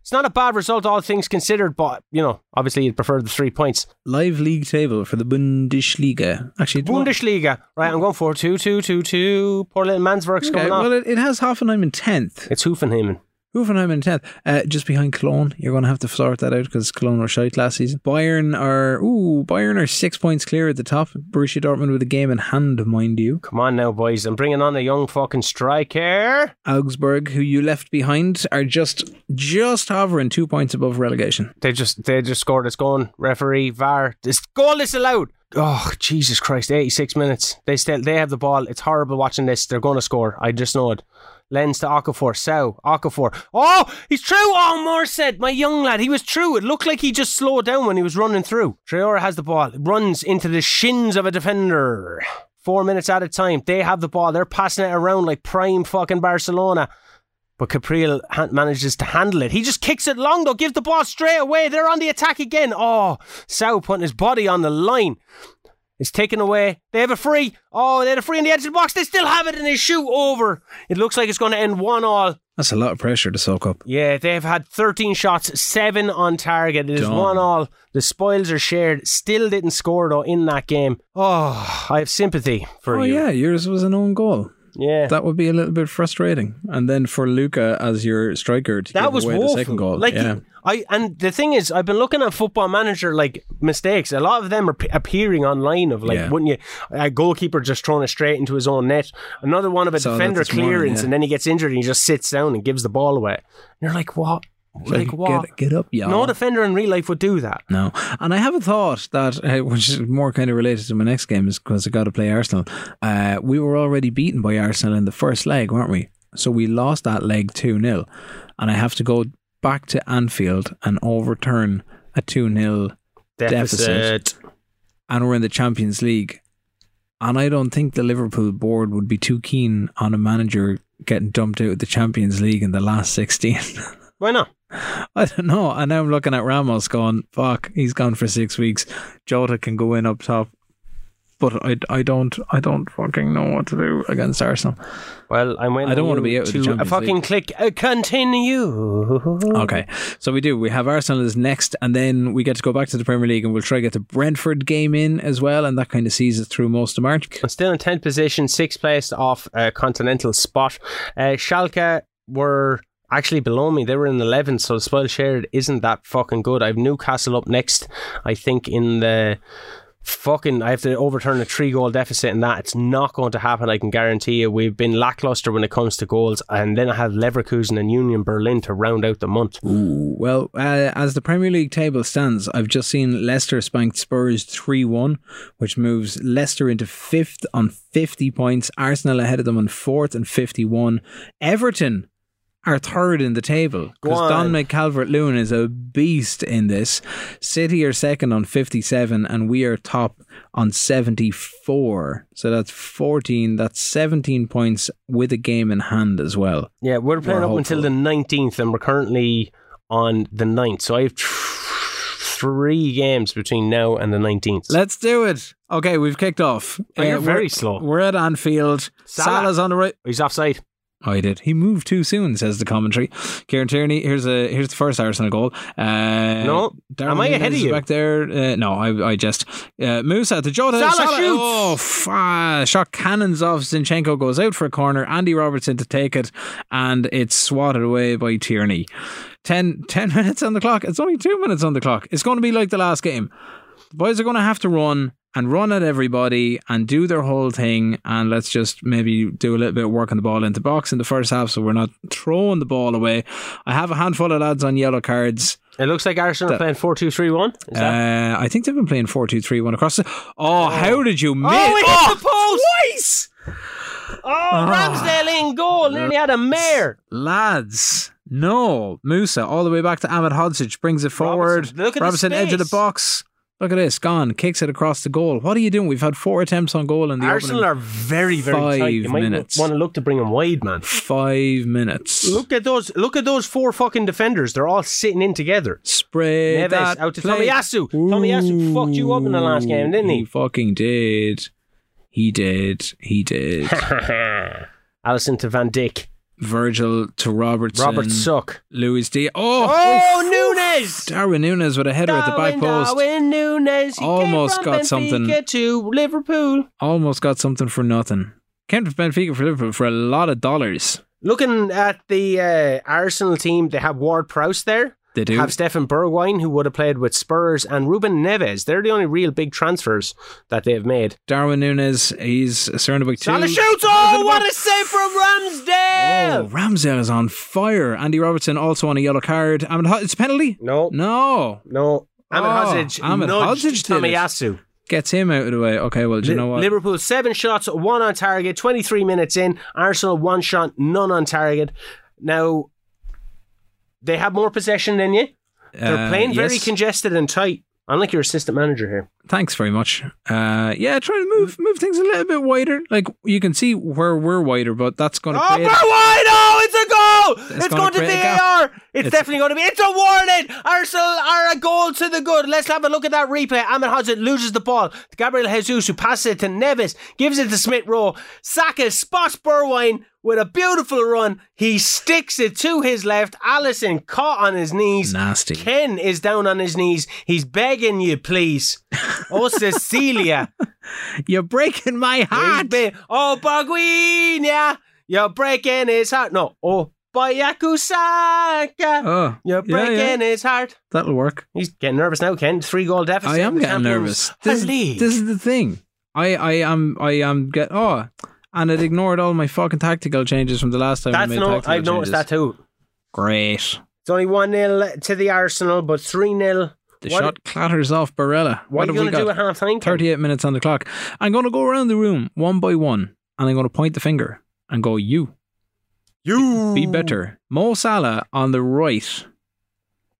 C: It's not a bad result, all things considered, but, you know, obviously you'd prefer the three points.
B: live league table for the Bundesliga. Actually, it won't-
C: Bundesliga. Right, I'm going for 2 2 2 2. Poor little Manswerk's
B: Okay,
C: coming off.
B: well, it, it has Hoffenheim in 10th.
C: It's Hoofenheimen.
B: Hoffenheim in 10th. Uh, just behind Cologne. You're going to have to sort that out because Cologne were shite last season. Bayern are, ooh, Bayern are six points clear at the top. Borussia Dortmund with a game in hand, mind you.
C: Come on now, boys. I'm bringing on a young fucking striker.
B: Augsburg, who you left behind, are just, just hovering two points above relegation.
C: They just they just scored. It's gone. Referee VAR. This goal is allowed. Oh Jesus Christ! Eighty six minutes. They still they have the ball. It's horrible watching this. They're going to score. I just know it. Lens to Okafor. So Okafor. Oh, he's true. Oh, Moore said my young lad. He was true. It looked like he just slowed down when he was running through. Traore has the ball. Runs into the shins of a defender. Four minutes at a time. They have the ball. They're passing it around like prime fucking Barcelona. But Capriel ha- manages to handle it. He just kicks it long though, gives the ball straight away. They're on the attack again. Oh, Sao putting his body on the line. It's taken away. They have a free. Oh, they had a free in the edge of the box. They still have it and they shoot over. It looks like it's going to end one all.
B: That's a lot of pressure to soak up.
C: Yeah, they've had 13 shots, seven on target. It is
B: Done.
C: one all. The spoils are shared. Still didn't score though in that game. Oh, I have sympathy for
B: oh
C: you.
B: yeah, yours was an own goal.
C: yeah.
B: That would be a little bit frustrating. And then for Luca as your striker to
C: that
B: give
C: was
B: away
C: woeful.
B: the second goal.
C: Like
B: yeah.
C: I and the thing is, I've been looking at Football Manager like mistakes. A lot of them are p- appearing online. Of like,
B: Yeah.
C: wouldn't you? A goalkeeper just throwing it straight into his own net. Another one of a
B: Saw that
C: defender
B: this morning,
C: clearance,
B: yeah.
C: and then he gets injured and he just sits down and gives the ball away. And you're like, what? You're like, what?
B: Get, get up, y'all.
C: no defender in real life would do that.
B: No. And I have a thought that, uh, which is more kind of related to my next game, is because I got to play Arsenal. Uh, we were already beaten by Arsenal in the first leg, weren't we? So we lost that leg 2 0. And I have to go back to Anfield and overturn a 2 0, Deficit. and we're in the Champions League. And I don't think the Liverpool board would be too keen on a manager getting dumped out of the Champions League in the last 16.
C: Why not?
B: I don't know. And now I'm looking at Ramos going, fuck, he's gone for six weeks. Jota can go in up top. But I, I don't I don't fucking know what to do against Arsenal.
C: Well, I'm waiting.
B: I don't
C: on
B: wanna
C: you
B: be out of the
C: to uh,
B: Champions
C: fucking
B: League. Oh,
C: click uh, continue.
B: Okay, so we do. We have Arsenal as next, and then we get to go back to the Premier League, and we'll try to get the Brentford game in as well, and that kind of sees us through most of March.
C: I'm still in 10th position, sixth place off a continental spot. Uh, Schalke were actually below me. They were in 11th, so the spoil shared isn't that fucking good. I have Newcastle up next, I think, in the. Fucking, I have to overturn a three goal deficit, and that it's not going to happen. I can guarantee you. We've been lackluster when it comes to goals, and then I have Leverkusen and Union Berlin to round out the month.
B: Ooh, well, uh, as the Premier League table stands, I've just seen Leicester spanked Spurs 3 1, which moves Leicester into fifth on 50 points. Arsenal ahead of them on fourth and 51. Everton are third in the table
C: Go
B: because
C: on.
B: Dominic Calvert Lewin is a beast in this. City are second on 57, and we are top on 74. So that's 14, that's 17 points with a game in hand as well.
C: Yeah, we're playing
B: We're
C: up until the 19th, and we're currently on the 9th. So I have th- three games between now and the 19th.
B: Let's do it. Okay, we've kicked off.
C: Oh, you're
B: Uh,
C: very
B: we're-
C: slow.
B: We're at Anfield.
C: Salah.
B: Salah's on the right.
C: He's offside.
B: Oh, he did. He moved too soon, says the commentary. Kieran Tierney, here's a here's the first Arsenal goal. Uh,
C: No.
B: Darwin
C: Am I ahead of
B: is
C: you?
B: Back there. Uh, no, I I just uh, Musa to Jota.
C: Salah shoots.
B: Oh, f- ah, shot cannons off. Zinchenko goes out for a corner. Andy Robertson to take it, and it's swatted away by Tierney. 10, 10 minutes on the clock. It's only two minutes on the clock. It's going to be like the last game. The boys are going to have to run and run at everybody and do their whole thing. And let's just maybe do a little bit of work on the ball into box in the first half so we're not throwing the ball away. I have a handful of lads on yellow cards.
C: It looks like Arsenal are playing 4 2 3 1. Is that?
B: Uh, I think they've been playing 4 2 3 1 across. The- oh, how did you miss? Oh!
C: it Oh, hit the post!
B: twice!
C: Oh,
B: Ah.
C: Ramsdale in goal. Nearly had a mare.
B: Lads, no. Musa all the way back to Ahmed Hodzic brings it forward.
C: Robertson, look at the
B: Robertson, edge of the
C: space.
B: box. Look at this, gone, kicks it across the goal. What are you doing? We've had four attempts on goal in the
C: Arsenal
B: opening
C: are very, very
B: five
C: tight. You might
B: minutes.
C: want to look to bring him wide, man.
B: five minutes.
C: Look at those! Look at those four fucking defenders. They're all sitting in together.
B: Spread
C: Neves
B: that
C: out to
B: play.
C: Tomiyasu. Tomiyasu fucked you up in the last game, didn't he?
B: He fucking did. He did. He did.
C: Allison to Van Dijk.
B: Virgil to Robertson.
C: Robert Suck.
B: Louis D. Oh,
C: Oh, Nunes!
B: Darwin Nunes with a header at the back post.
C: Darwin Nunes. He
B: Almost
C: came from
B: got
C: Benfica
B: something.
C: to Liverpool.
B: Almost got something for nothing. Came to Benfica for Liverpool for a lot of dollars.
C: Looking at the uh, Arsenal team, they have Ward Prowse there.
B: They do.
C: Have Stefan Bergwijn, who would have played with Spurs, and Ruben Neves. They're the only real big transfers that they've made.
B: Darwin Nunes, he's surrounded by two.
C: Salah shoots! Oh, what a save from Ramsdale!
B: Oh, Ramsdale is on fire. Andy Robertson also on a yellow card. Ahmed Ho- it's a penalty?
C: No,
B: No.
C: no. Ahmed
B: Oh,
C: Hodzic
B: Ahmed
C: nudged
B: Hodzic did it.
C: Tomiyasu.
B: Gets him out of the way. Okay, well, do you know what?
C: Liverpool seven shots, one on target. Twenty three minutes in, Arsenal one shot, none on target. Now they have more possession than you. They're
B: Uh,
C: playing very
B: yes.
C: congested and tight. Unlike your assistant manager here.
B: Thanks very much. Uh, yeah, try to move move things a little bit wider. Like you can see where we're wider, but that's going to
C: Oh,
B: create.
C: Bergwijn! Oh, it's a goal! no! It's,
B: gonna
C: going to
B: create a gap.
C: VAR! It's,
B: It's-
C: definitely going to be. It's a warning! Arsenal are a goal to the good. Let's have a look at that replay. Ahmed Hodgson loses the ball. Gabriel Jesus, who passes it to Neves, gives it to Smith Rowe. Saka spots Burwine with a beautiful run. He sticks it to his left. Allison caught on his knees.
B: Nasty.
C: Ken is down on his knees. He's begging you, please. Oh, Cecilia.
B: You're breaking my
C: He's
B: heart.
C: been, oh, Baguinha, you're breaking his heart. No, oh, Bayakusaka,
B: Oh,
C: you're
B: yeah,
C: breaking
B: yeah.
C: his heart.
B: That'll work.
C: He's getting nervous now, Ken. Three goal deficit.
B: I am
C: in the
B: getting
C: Champions
B: nervous. This, is-
C: League.
B: this is the thing. I, I am I am get oh, and it ignored all my fucking tactical changes from the last time. I
C: That's
B: made
C: no,
B: tactical
C: I've noticed
B: changes.
C: that too.
B: Great.
C: It's only 1 0 to the Arsenal, but 3 0.
B: The
C: What-
B: shot clatters off Barella.
C: What,
B: have
C: are you
B: we
C: going to do
B: got?
C: at half time?
B: 38 minutes on the clock. I'm going to go around the room one by one and I'm going to point the finger and go, You,
C: You
B: be better. Mo Salah on the right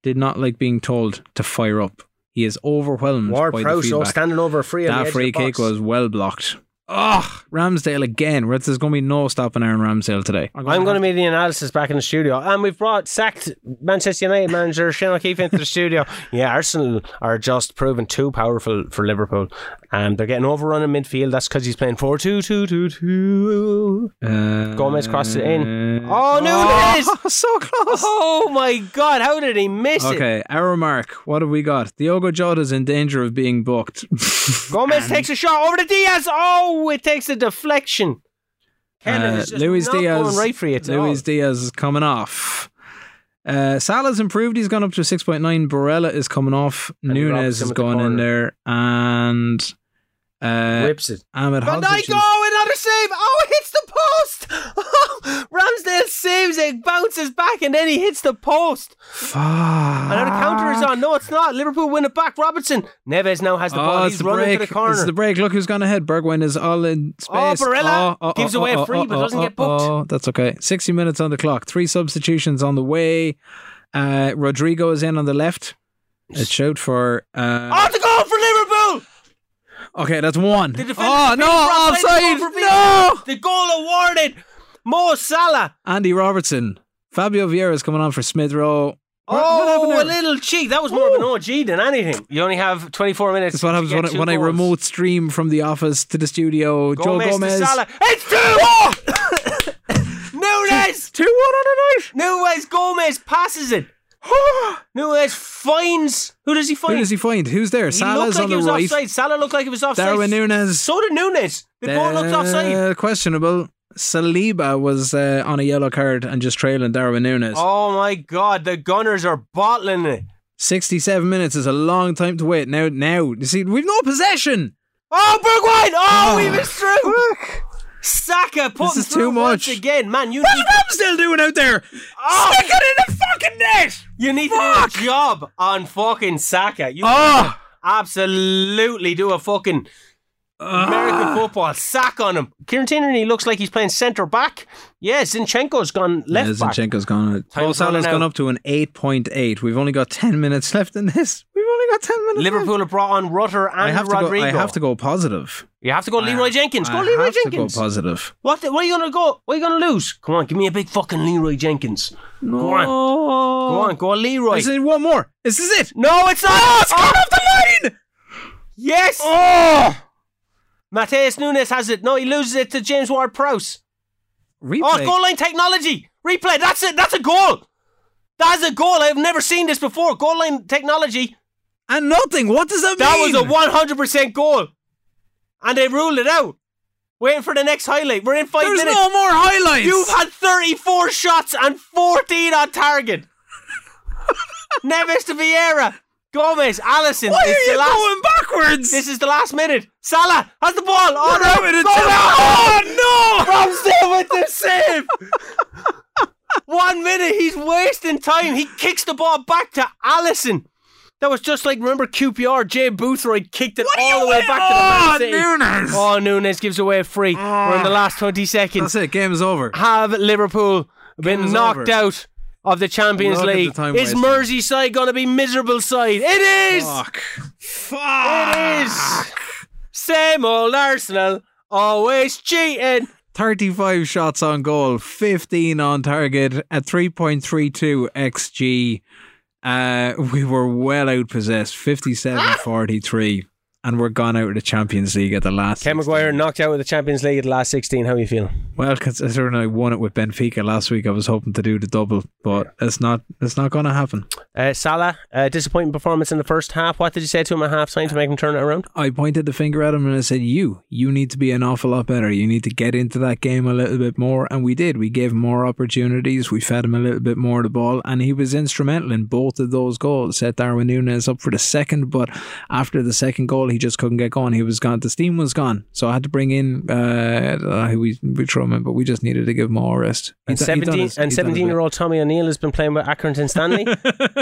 B: did not like being told to fire up. He is overwhelmed
C: Ward
B: by
C: Prowse,
B: the
C: oh,
B: feedback.
C: standing over a free. on the edge
B: that
C: of
B: free
C: the
B: kick
C: box.
B: was well blocked. Oh, Ramsdale again. Whereas There's going to be no stopping Aaron Ramsdale today.
C: I'm going to make the analysis back in the studio. And we've brought sacked Manchester United manager Shane O'Keefe into the studio. Yeah, Arsenal are just proven too powerful for Liverpool. And they're getting overrun in midfield. That's because he's playing 4 2 2 2 2.
B: Uh,
C: Gomez crossed it in. Oh, Nunes!
B: Mm. Oh, so close.
C: Oh my God, how did he miss it?
B: Okay, our mark. What have we got? Diogo Jota's in danger of being booked.
C: Gomez takes a shot over to Diaz. Oh, it takes a deflection. Kellen
B: Uh,
C: is just
B: Luis
C: not
B: Diaz.
C: going right for you at all.
B: Luis Diaz is coming off. Uh, Salah's improved. He's gone up to six point nine. Barella is coming off.
C: And he
B: Nunes
C: robs him
B: is
C: at the
B: going in
C: corner.
B: there, and uh,
C: Whips it.
B: Ahmed
C: Van
B: Hodzic
C: Dijk,
B: is-
C: oh, another save! Oh, it hits the post! Oh, Ramsdale saves it, bounces back, and then he hits the post.
B: Fuck.
C: And now the counter is on. No, it's not. Liverpool win it back. Robertson. Neves now has the ball.
B: Oh, it's
C: He's
B: the
C: running
B: break.
C: to the corner.
B: It's the break. Look who's gone ahead. Bergwijn is all in
C: Oh,
B: space.
C: Barella gives away a free, but doesn't get booked.
B: Oh, that's okay. 60 minutes on the clock. Three substitutions on the way. Uh, Rodrigo is in on the left. It's showed for. Uh,
C: oh, the goal for Liverpool!
B: Okay, that's one.
C: The defender
B: Oh, no, offside. No!
C: The goal awarded. Mo Salah.
B: Andy Robertson. Fabio Vieira is coming on for Smith Rowe. What, what
C: Oh,
B: happened there?
C: a little cheek. That was more of an OG than anything. You only have 24 minutes.
B: That's what
C: to
B: happens
C: get
B: when, I-
C: two
B: when I
C: goals.
B: remote stream from the office to the studio.
C: Gomez,
B: Joe Gomez.
C: to Salah. It's two! Nunes!
B: 2 1 on
C: Nunes Gomez passes it.
B: a night.
C: Nunes finds. Who does he find?
B: Who does he find? Who's there? Salah's
C: looked like
B: on
C: he
B: the
C: was
B: right.
C: offside. Salah looked like he was offside.
B: Darwin Nunes.
C: So did Nunes. The goal looked offside.
B: Uh, questionable. Saliba was uh, on a yellow card and just trailing Darwin Nunes.
C: Oh my God! The Gunners are bottling it.
B: 67 minutes is a long time to wait. Now, now, you see, we've no possession.
C: Oh, Bergwijn!
B: Oh,
C: Oh, we missed through. Saka put
B: is
C: through
B: too
C: once
B: much.
C: again, man. You
B: What's
C: need,
B: Ramsdale doing out there?
C: Oh.
B: Stick it in the fucking net.
C: you need to do a
B: Fuck.
C: job on fucking Saka. You
B: Oh,
C: absolutely do a fucking
B: Ah.
C: American football sack on him. Kieran Tierney looks like he's playing centre back. Yeah, Zinchenko's gone left back.
B: Zinchenko's gone.
C: Time's
B: Mo Salah's
C: running out.
B: gone up to an 8.8. We've only got 10 minutes left in this. We've only got 10 minutes left.
C: Liverpool have brought on Rutter and
B: I have, to go,
C: Rodrigo.
B: I have to go positive.
C: You have to go Leroy Jenkins. Go
B: I
C: Leroy
B: have
C: Jenkins.
B: to go positive.
C: what, the, what are you going to go? What are you going to lose? Come on, give me a big fucking Leroy Jenkins.
B: No.
C: on. Go on, go Leroy.
B: I said one more. Is Ah! this it?
C: no, it's not.
B: off the line!
C: Yes.
B: Oh!
C: Mateus Nunes has it. No, he loses it to James Ward-Prowse. Oh,
B: Replay.
C: goal line technology. Replay. That's it. That's a goal. That's a goal. I've never seen this before. Goal line technology.
B: and nothing. What does that,
C: That was
B: mean?
C: a 100% goal. And they ruled it out. Waiting for the next highlight. We're in five
B: There's
C: minutes.
B: no more highlights.
C: You've had 34 shots and 14 on target. Neves to Vieira. Gomez, Allison.
B: Why
C: it's
B: are
C: the
B: you
C: last,
B: going backwards?
C: This is the last minute. Salah has the ball. Oh,
B: We're
C: no.
B: having a
C: Gomez.
B: terrible- Oh, no!
C: Ramsdale with the save. One minute, he's wasting time. He kicks the ball back to Allison. That was just like remember QPR. Jay Boothroyd kicked it
B: What are
C: all
B: you
C: the way
B: waiting-
C: back to the Man
B: Oh,
C: City.
B: Nunes. Ah.
C: Oh, Nunes gives away a free. We're in the last twenty seconds.
B: That's it. Game is over.
C: Have Liverpool been
B: Game's
C: knocked
B: over.
C: out of the Champions
B: Look at the
C: League?
B: time
C: is
B: wasting.
C: Merseyside going to be miserable side? It is.
B: Fuck.
C: It
B: Fuck.
C: is. Same old Arsenal, always cheating.
B: 35 shots on goal, 15 on target at 3.32 XG. Uh, we were well outpossessed, 57 43, and we're gone out of the Champions League at the last.
C: Ken
B: 16.
C: Maguire knocked out of the Champions League at the last 16. How are you feeling?
B: Well, considering I won it with Benfica last week, I was hoping to do the double, but it's not it's not going to happen.
C: Uh, Salah, uh, disappointing performance in the first half. What did you say to him at half time to make him turn it around?
B: I pointed the finger at him and I said, "You, you need to be an awful lot better. You need to get into that game a little bit more." And we did. We gave him more opportunities. We fed him a little bit more of the ball, and he was instrumental in both of those goals. Set Darwin Nunes up for the second, but after the second goal, he just couldn't get going. He was gone. The steam was gone. So I had to bring in. Uh, uh, we we throw him in, but we just needed to give him more rest. He
C: And
B: do- he done
C: 17,
B: his- he
C: and
B: done his
C: 17
B: bit.
C: year old Tommy O'Neill has been playing with Accrington Stanley.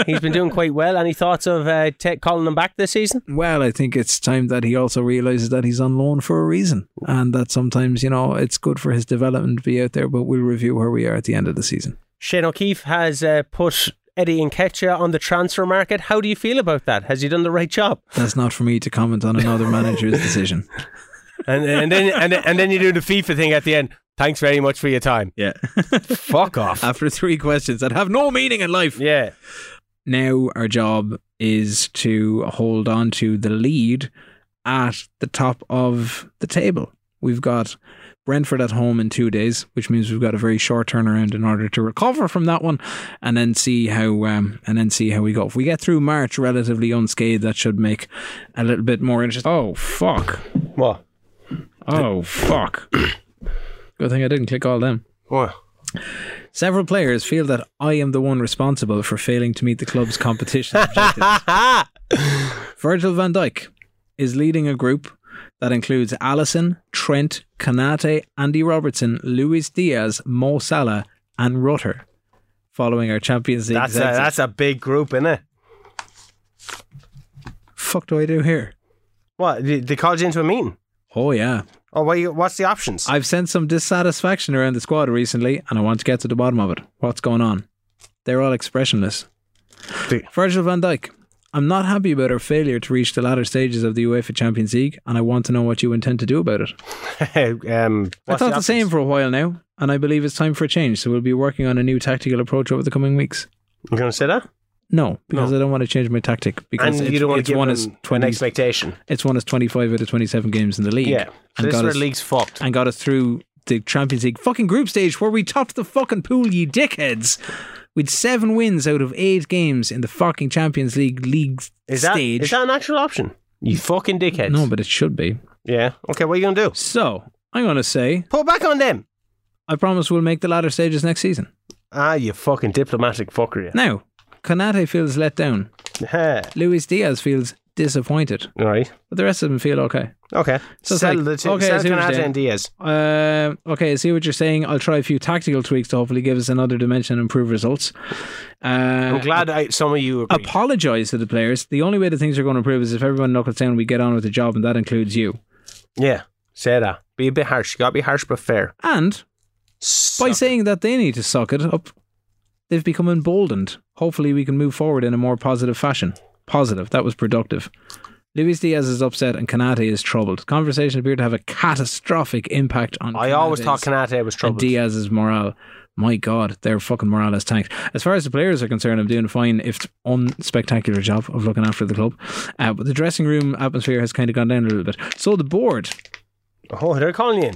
C: He's been doing quite well. Any thoughts of uh, ta- calling him back this season?
B: Well, I think it's time that he also realizes that he's on loan for a reason, and that sometimes you know it's good for his development to be out there. But we'll review where we are at the end of the season.
C: Shane O'Keefe has uh, put Eddie Nketiah on the transfer market. How do you feel about that? Has he done the right job?
B: That's not for me to comment on another manager's decision.
C: And, and then and, then- and then you do the FIFA thing at the end. Thanks very much for your time.
B: Yeah.
C: Fuck off.
B: After three questions that have no meaning in life.
C: Yeah.
B: Now our job is to hold on to the lead at the top of the table. We've got Brentford at home in two days, which means we've got a very short turnaround in order to recover from that one, and then see how um, and then see how we go. If we get through March relatively unscathed, that should make a little bit more interesting. Oh fuck!
C: What?
B: Oh fuck! Good thing I didn't click all them.
C: What?
B: Several players feel that I am the one responsible for failing to meet the club's competition objectives.
C: Ha
B: Virgil van Dijk is leading a group that includes Allison, Trent, Kanate, Andy Robertson, Luis Diaz, Mo Salah, and Rutter. Following our Champions League,
C: That's a,
B: exit.
C: that's a big group, isn't it?
B: fuck do I do here?
C: What? They they called you into a meeting?
B: Oh yeah,
C: Or what you, what's the options?
B: I've sensed some dissatisfaction around the squad recently, and I want to get to the bottom of it. What's going on? They're all expressionless.
C: The-
B: Virgil van Dijk. I'm not happy about our failure to reach the latter stages of the UEFA Champions League, and I want to know what you intend to do about it. I
C: um, what's
B: thought the,
C: options?
B: same for a while now, and I believe it's time for a change. So we'll be working on a new tactical approach over the coming weeks.
C: You're going to say that?
B: No, because I don't want to change my tactic because
C: And
B: it's,
C: you don't want
B: it's
C: to give
B: one
C: them
B: is
C: an
B: 20,
C: expectation.
B: it's one is twenty five out of twenty seven games in the league.
C: Yeah. So
B: and
C: this is
B: got
C: where
B: us
C: the league's fucked.
B: and got us through the Champions League fucking group stage where we topped the fucking pool, ye dickheads. With seven wins out of eight games in the fucking Champions League league
C: Is that,
B: stage.
C: is that an actual option? You fucking dickheads.
B: no, but it should be.
C: Yeah. Okay, what are you going to do?
B: So I'm gonna say
C: Pull back on them.
B: I promise we'll make the latter stages next season.
C: Ah, you fucking diplomatic fucker, you.
B: Now, Konate feels let down.
C: Yeah.
B: Luis Diaz feels disappointed,
C: All right.
B: but the rest of them feel okay.
C: Okay.
B: So it's
C: sell
B: like,
C: the two.
B: okay, I
C: sell
B: see what you're
C: Canate
B: saying.
C: and Diaz.
B: Uh, okay, I see what you're saying. I'll try a few tactical tweaks to hopefully give us another dimension and improve results. Uh,
C: I'm glad I, some of you agree.
B: apologize to the players. The only way that things are going to improve is if everyone knuckles down and we get on with the job, and that includes you.
C: yeah. Say that. Be a bit harsh. You got to be harsh but fair.
B: And by saying that they need to suck it up, they've become emboldened. Hopefully, we can move forward in a more positive fashion. Positive. That was productive. Luis Diaz is upset and Kanate is troubled. Conversation appeared to have a catastrophic impact on.
C: I always thought
B: Kanate's-
C: Canate was trouble.
B: and Diaz's morale. My God, their fucking morale is tanked. As far as the players are concerned, I'm doing fine. If it's unspectacular job of looking after the club, uh, but the dressing room atmosphere has kind of gone down a little bit. So the board
C: oh, they're calling you in.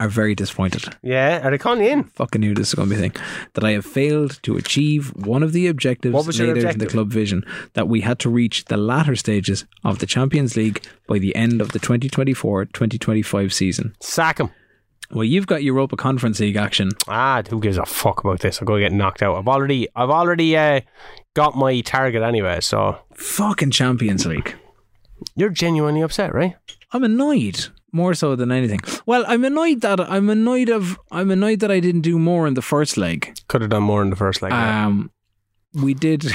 B: are very disappointed.
C: Yeah, are they calling you in?
B: Fucking knew this is going to be a thing that I have failed to achieve one of the objectives
C: What was
B: laid
C: your
B: out in the
C: objective?
B: club vision that we had to reach the latter stages of the Champions League by the end of the 2024-2025 season.
C: Sack him.
B: Well, you've got Europa Conference League action.
C: Ah, who gives a fuck about this? I'll go get knocked out. I've already, I've already uh, got my target anyway. So
B: Fucking Champions League.
C: you're genuinely upset, right?
B: I'm annoyed more so than anything. Well, I'm annoyed that I'm annoyed of I'm annoyed that I didn't do more in the first leg.
C: Could have done more in the first leg.
B: Um, we did.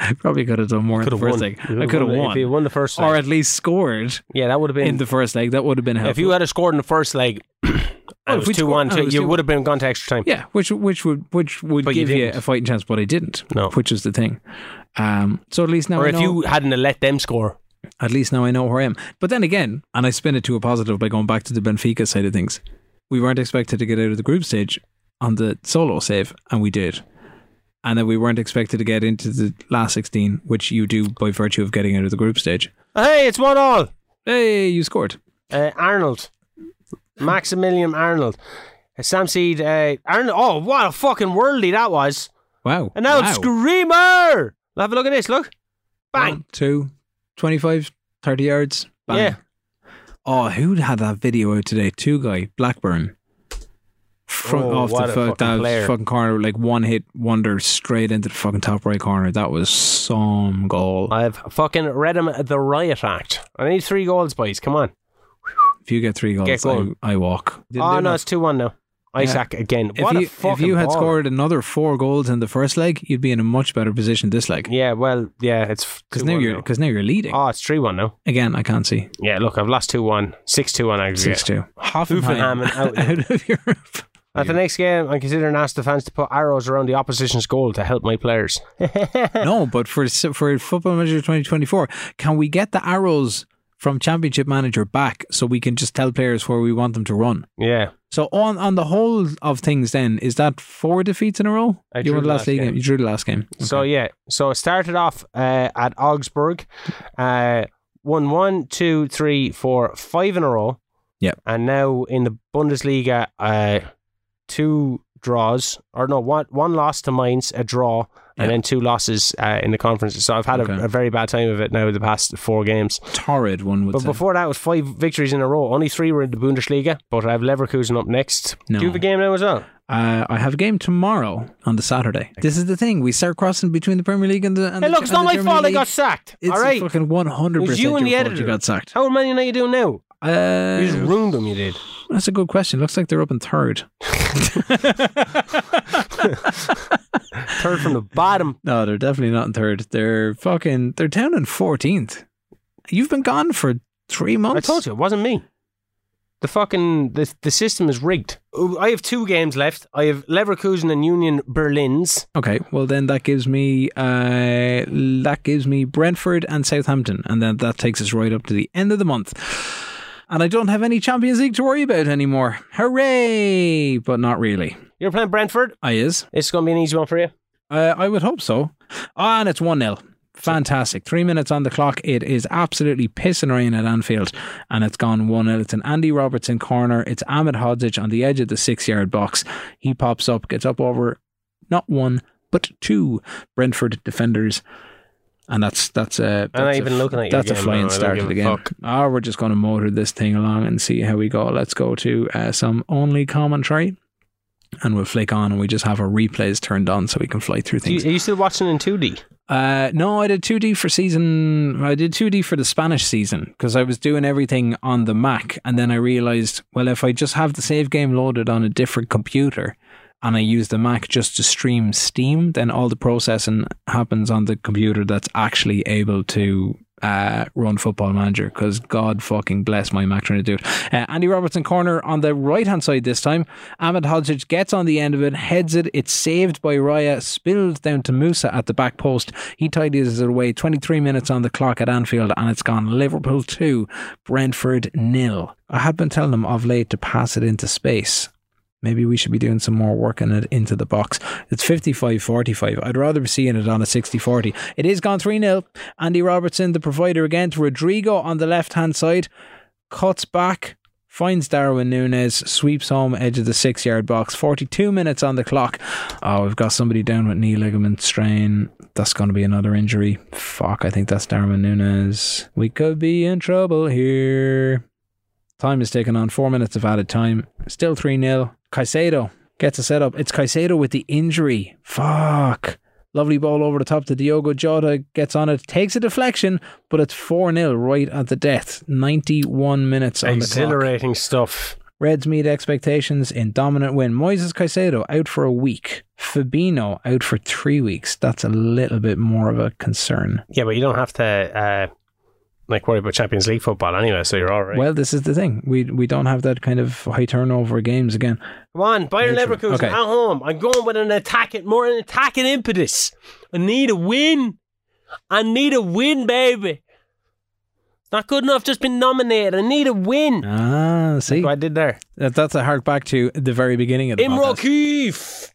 B: I probably could have done more
C: could
B: in
C: have
B: the first
C: won.
B: leg. I could have
C: If you
B: won,
C: won the first
B: or
C: leg,
B: at least scored
C: yeah, that would have been.
B: in the first leg. That would have been helpful.
C: if you had a scored in the first leg,
B: Oh,
C: it
B: if
C: was
B: we'd
C: two one.
B: scored- oh, it was
C: You
B: 2-1.
C: would have been gone to extra time.
B: yeah, which which would which would
C: But you
B: give you,
C: didn't.
B: a fighting chance, but I didn't.
C: No.
B: which is the thing. Um, so at least now
C: Or
B: I
C: if
B: know-
C: you hadn't have let them score,
B: at least now I know where I am. But then again, and I spin it to a positive by going back to the Benfica side of things. we weren't expected to get out of the group stage on the solo save, and we did. And then we weren't expected to get into the last 16, which you do by virtue of getting out of the group stage.
C: Hey, it's one all.
B: Hey, you scored.
C: Uh, Arnold, Maximilian Arnold, uh, Sam Seed. Uh, Arnold. Oh, what a fucking worldly that was!
B: Wow.
C: And now
B: wow.
C: it's Screamer. Have a look at this. Look, bang.
B: One, two, 25, 30 yards. Bang.
C: Yeah.
B: Oh, who had that video out today? Two guy, Blackburn. Front
C: Oh,
B: off the
C: what a
B: fuck,
C: fucking
B: that
C: player.
B: fucking corner, like one hit wonder straight into the fucking top right corner. That was some goal.
C: I've fucking read him the Riot Act. I need three goals, boys. Come on.
B: If you get three goals,
C: Get goal.
B: I, I walk. Didn't
C: oh
B: do
C: no,
B: that.
C: it's two one now. Isaac again.
B: If
C: what
B: you,
C: a fucking
B: if you had
C: ball.
B: scored another four goals in the first leg, you'd be in a much better position this leg.
C: Yeah, well, yeah, it's
B: Because now you're because now you're leading.
C: Oh, it's three one now.
B: Again, I can't see
C: Yeah, look, I've lost two one, six two one aggregate.
B: six two.
C: Hoffenheim and out.
B: out of Europe.
C: At the next game, I'm considering ask the fans to put arrows around the opposition's goal to help my players.
B: no, but for for Football Manager 2024, can we get the arrows from Championship Manager back so we can just tell players where we want them to run?
C: yeah,
B: So on on the whole of things, then is that four defeats in a row?
C: I
B: you
C: drew
B: won
C: the
B: the
C: last
B: last league
C: game.
B: game. You drew the last game.
C: So
B: Okay.
C: yeah, so it started off uh, at Augsburg, uh, won one, two, three, four, five in a row.
B: Yep.
C: And now in the Bundesliga, uh, two draws or no one one loss to Mainz, a draw,
B: Yep.
C: and then two losses uh, in the conference. So I've had
B: Okay.
C: a, a very bad time of it now the past four games.
B: torrid one would
C: But
B: say.
C: before that it was five victories in a row. Only three were in the Bundesliga, but I have Leverkusen up next.
B: No.
C: Do you have a game now as well?
B: uh, I have a game tomorrow on the Saturday. This is the thing. We start crossing between the Premier League and the. And the,
C: Hey, look, it's
B: and
C: not
B: the
C: my
B: German
C: fault I
B: League.
C: got sacked.
B: It's
C: All right.
B: fucking one hundred
C: It was
B: percent
C: you
B: your
C: and the
B: fault
C: editor.
B: you got sacked.
C: How are Man United doing now?
B: Uh,
C: You just ruined them, you did.
B: That's a good question. Looks like they're up in third.
C: Third from the bottom.
B: No, they're definitely not in third. They're fucking. They're down in fourteenth. You've been gone for three
C: I
B: months.
C: told you, it wasn't me. The fucking the, the system is rigged. Oh, I have two games left. I have Leverkusen and Union Berlin's.
B: Okay, well then that gives me uh, that gives me Brentford and Southampton, and then that takes us right up to the end of the month. And I don't have any Champions League to worry about anymore. Hooray! But not really.
C: You're playing Brentford.
B: I is.
C: It's going to be an easy one for you.
B: Uh, I would hope so. Ah, and it's 1 0. Fantastic. Three minutes on the clock. It is absolutely pissing rain at Anfield, and it's gone 1 0. It's an Andy Robertson corner. It's Ahmed Hodzic on the edge of the six yard box. He pops up, gets up over not one, but two Brentford defenders. And that's that's a that's
C: I'm not
B: a-
C: even looking at your
B: that's a
C: game,
B: flying
C: man. I don't
B: start
C: give
B: to the
C: a
B: game.
C: fuck.
B: Ah, we're just going to motor this thing along and see how we go. Let's go to uh, some only commentary, and we'll flick on, and we just have our replays turned on so we can fly through
C: Do you,
B: things.
C: are you still watching in 2D?
B: Uh, no, I did 2D for season. I did 2D for the Spanish season because I was doing everything on the Mac, and then I realized, well, if I just have the save game loaded on a different computer and I use the Mac just to stream Steam, then all the processing happens on the computer that's actually able to uh, run Football Manager because God fucking bless my Mac trying to do it. Uh, Andy Robertson corner on the right hand side this time. Ahmed Hodzic gets on the end of it, heads it. It's saved by Raya, spilled down to Musa at the back post. He tidies it away. 23 minutes on the clock at Anfield, and it's gone Liverpool 2, Brentford nil. I had been telling them of late to pass it into space. Maybe we should be doing some more work on it into the box. It's 55 45. I'd rather be seeing it on a 60 40. It is gone 3 0. Andy Robertson, the provider again to Rodrigo on the left hand side. Cuts back, finds Darwin Nunez, sweeps home edge of the six yard box. 42 minutes on the clock. Oh, we've got somebody down with knee ligament strain. That's going to be another injury. Fuck, I think that's Darwin Nunez. We could be in trouble here. Time is taken on four minutes of added time. Still 3 0. Caicedo gets a setup. It's Caicedo with the injury. Fuck. Lovely ball over the top to Diogo Jota. Gets on it. Takes a deflection, but it's 4 0 right at the death. 91 minutes on the clock.
C: Exhilarating stuff.
B: Reds meet expectations in dominant win. Moises Caicedo out for a week. Fabino out for three weeks. That's a little bit more of a concern.
C: Yeah, but you don't have to uh, like worry about Champions League football anyway, so you're all right.
B: Well, this is the thing. We we don't have that kind of high turnover games again.
C: Come on, Bayern
B: Neutral.
C: Leverkusen
B: Okay.
C: at home. I'm going with an attacking, more an attacking impetus. I need a win. I need a win, baby. Not good enough, just been nominated. I need a win.
B: Ah, see,
C: What I did there.
B: that, that's a hark back to the very beginning of the
C: Imro
B: podcast.
C: Keefe.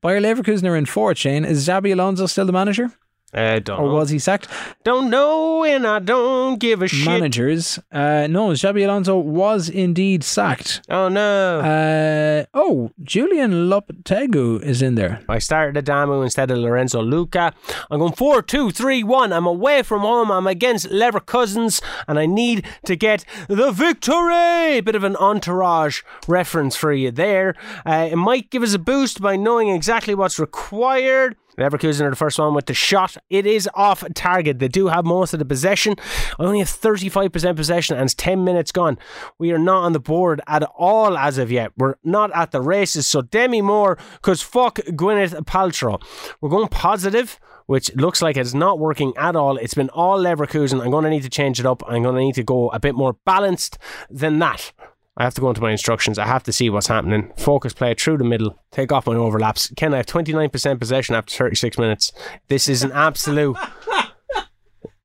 B: Bayer Leverkusen are in fourth. Shane is Xabi Alonso still the manager,
C: I don't
B: or
C: know.
B: was he sacked?
C: Don't know, and I don't give a shit.
B: Managers. Uh, no, Xabi Alonso was indeed sacked.
C: Oh no.
B: Uh, oh, Julian Lopetegu is in there.
C: I started Adamu instead of Lorenzo Luca. I'm going 4 2 3 1. I'm away from home. I'm against Lever Cousins and I need to get the victory. Bit of an entourage reference for you there. Uh, it might give us a boost by knowing exactly what's required. Leverkusen are the first one with the shot. It is off target. They do have most of the possession. I only have 35% possession and it's 10 minutes gone. We are not on the board at all as of yet. We're not at the races. So Demi Moore, because fuck Gwyneth Paltrow. We're going positive, which looks like it's not working at all. It's been all Leverkusen. I'm going to need to change it up. I'm going to need to go a bit more balanced than that. I have to go into my instructions. I have to see what's happening. Focus play through the middle. Take off my overlaps. Ken, I have 29% possession after 36 minutes. This is an absolute,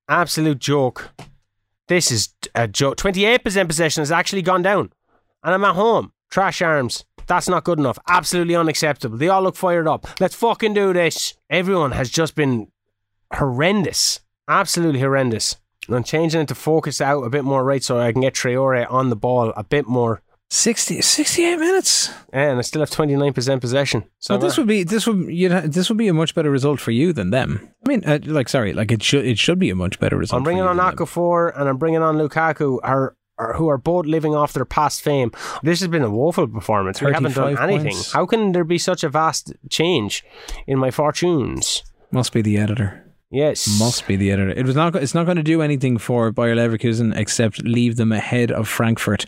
C: absolute joke. This is a joke. 28% possession has actually gone down. And I'm at home. Trash arms. That's not good enough. Absolutely unacceptable. They all look fired up. Let's fucking do this. Everyone has just been horrendous. Absolutely horrendous. And I'm changing it to focus out a bit more right so I can get Traore on the ball a bit more.
B: 60, 68 minutes.
C: And I still have 29% possession. So uh,
B: So this would be this would you'd ha- this would be a much better result for you than them. I mean, uh, like sorry, like it should it should be a much better result.
C: I'm bringing
B: for you
C: on
B: than them.
C: Okafor and I'm bringing on Lukaku, are, are, who are both living off their past fame. This has been a woeful performance. We haven't done
B: 35
C: anything.
B: points.
C: How can there be such a vast change in my fortunes?
B: Must be the editor.
C: Yes.
B: Must be the editor. It was not. go- It's not going to do anything for Bayer Leverkusen except leave them ahead of Frankfurt.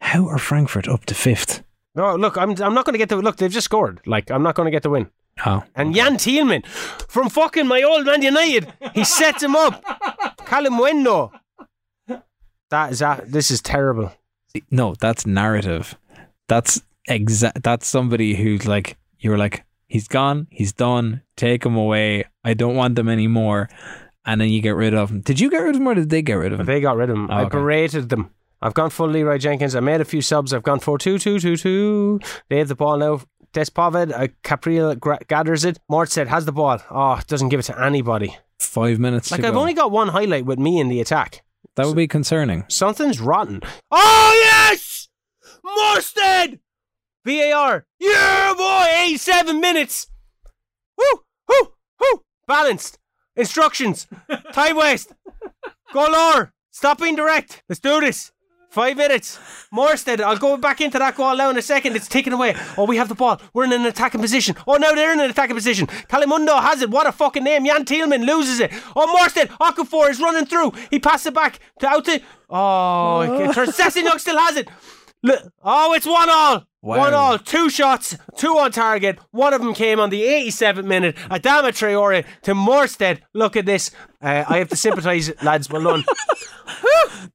B: How are Frankfurt up to fifth?
C: No, look, I'm, I'm not going to get the look. They've just scored. Like, I'm not going to get the win.
B: Oh,
C: And Jan Thielman from fucking my old Man United. He sets him up. Callum Wendo. That is that. This is terrible.
B: no, that's narrative. That's exact. That's somebody who's like you're like he's gone, he's done. Take him away. I don't want them anymore. And then you get rid of him. Did you get rid of him or did they get rid of him?
C: But they got rid of him.
B: Oh,
C: I
B: okay.
C: berated them. I've gone full Leroy Jenkins. I made a few subs. I've gone for two, two, two, two. They have the ball now. Despovid, uh, Capriel gra- gathers it. Mortset has the ball. Oh, doesn't give it to anybody.
B: Five minutes.
C: Like
B: to
C: I've
B: go.
C: only got one highlight with me in the attack.
B: that would be concerning.
C: Something's rotten. Oh yes, Morstead. VAR. Yeah, boy. Eighty-seven minutes. Woo, woo, woo. Balanced. Instructions. Time waste. Go lower. Stop being direct. Let's do this. Five minutes. Morstead. I'll go back into that goal now in a second. It's taken away. Oh, we have the ball. We're in an attacking position. Oh, now they're in an attacking position. Calimundo has it. What a fucking name. Jan Thielman loses it. Oh, Morstead. Okafor is running through. He passes it back to out to. Oh, it turns. Sessignon still has it. Look. Oh, it's one all.
B: Wow.
C: One all. Oh, Two shots. Two on target. One of them came on the 87th minute. Adama Traore to Morstead. Look at this. Uh, I have to sympathise, lads. Well done.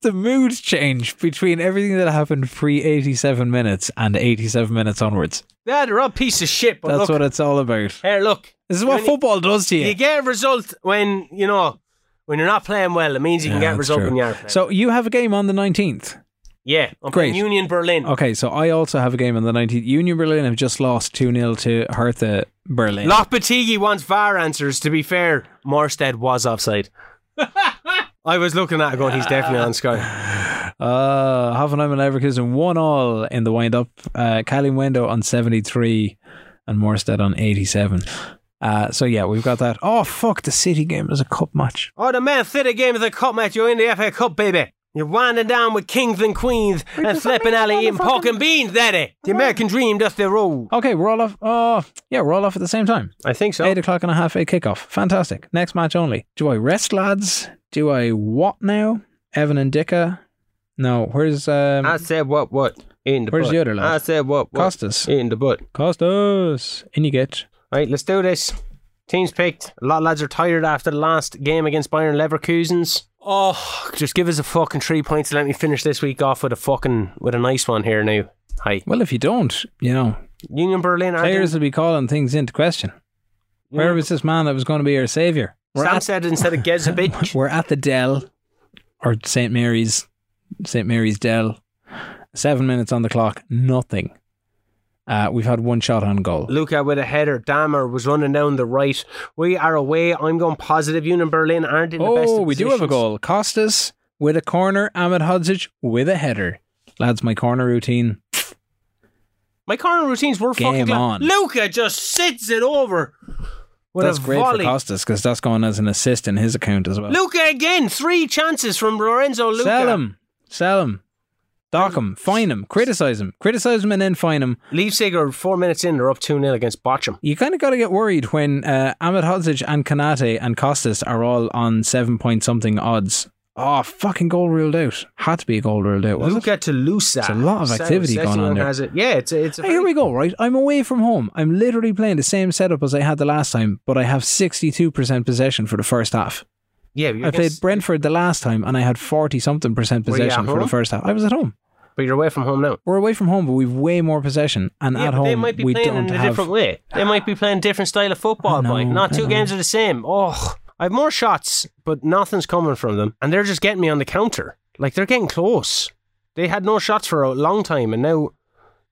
B: The mood change between everything that happened pre eighty-seven minutes and eighty-seven minutes onwards.
C: Yeah, they're all piece of shit. But
B: That's
C: look,
B: what it's all about.
C: here, look.
B: This is what
C: When you-
B: football does to you.
C: You get a result when you know when you're not playing well. It means you can
B: Yeah,
C: get a
B: that's
C: result
B: true.
C: when you are. Playing.
B: So you have a game on the nineteenth.
C: yeah, I'm
B: Great.
C: playing Union Berlin.
B: Okay, so I also have a game on the 19th. Union Berlin have just lost 2 0 to Hertha Berlin.
C: Lopetegui wants VAR answers. To be fair, Morstead was offside. I was looking at it going, he's definitely on Sky.
B: Uh, Hoffenheim and Leverkusen 1 all in the wind up. Uh, Callum Wendo on 73 and Morstead on 87. Uh, so yeah, we've got that. Oh, fuck, the City game is a cup match.
C: Oh, the Man City game of the Cup match. You're in the FA Cup, baby. You're winding down with kings and queens and flipping alley and pork and beans, daddy. The American dream, that's the rule.
B: Okay, we're all off. Oh, yeah, we're all off at the same time.
C: I think so.
B: 8 o'clock and a half, 8 kickoff. Fantastic. Next match only. Do I rest, lads? Do I what now? Evan and Dicka? No, where's um,
C: said what, what? In the
B: Where's the other lad?
C: said what,
B: Costas?
C: In the butt.
B: Costas. In you get.
C: Right, let's do this. Teams picked. A lot of lads are tired after the last game against Bayern Leverkusen's. Oh, just give us a fucking three points and let me finish this week off with a fucking with a nice one here now. Hi,
B: Well, if you don't, you know,
C: Union Berlin. aren't they-
B: players will be calling things into question. Where was this man that was going to be our savior? We're
C: Sam
B: at,
C: said instead of Gezabich.
B: we're at the Dell. or St. Mary's, St. Mary's Dell. Seven minutes on the clock, nothing. Uh, we've had one shot on goal.
C: Luca with a header. Dammer was running down the right. We are away. I'm going positive. You and Berlin aren't in the best.
B: Oh,
C: of
B: we do have a
C: positions.
B: goal. Costas with a corner. Ahmed Hodzic with a header. Lads, my corner routine.
C: My corner routines were fucking.
B: Game
C: gla-
B: on.
C: Luca just sits it over. With
B: That's
C: a
B: great
C: volley.
B: for Costas because that's going as an assist in his account as well.
C: Luca again. Three chances from Lorenzo Luca.
B: Sell him. Sell him. Dock him. Fine him. Criticize him. Criticize him and then fine him.
C: Leave Sigurd four minutes in. They're up 2 0 against Bochum.
B: You kind of got to get worried when uh, Ahmed Hodzic and Kanate and Costas are all on seven point something odds. Oh, fucking goal ruled out. Had to be a goal ruled out. wasn't it?
C: Luca to Lusa.
B: There's a lot of activity going on there.
C: Has it. Yeah, it's a, it's a
B: Hey, here we go, right? I'm away from home. I'm literally playing the same setup as I had the last time, but I have 62% possession for the first half.
C: Yeah, you're
B: I played
C: against-
B: Brentford the last time and I had 40 something percent
C: Were you at
B: possession for the
C: home?
B: first half. I was at home.
C: but you're away from home now.
B: We're away from home, but we've way more possession. And
C: yeah,
B: at
C: but
B: home,
C: they might be
B: we
C: playing
B: don't
C: in a
B: have.
C: different way. They might be playing different style of football,
B: know,
C: boy. Not
B: I
C: two
B: know.
C: games are the same. Oh, I have more shots, but nothing's coming from them, and they're just getting me on the counter. Like they're getting close. They had no shots for a long time, and now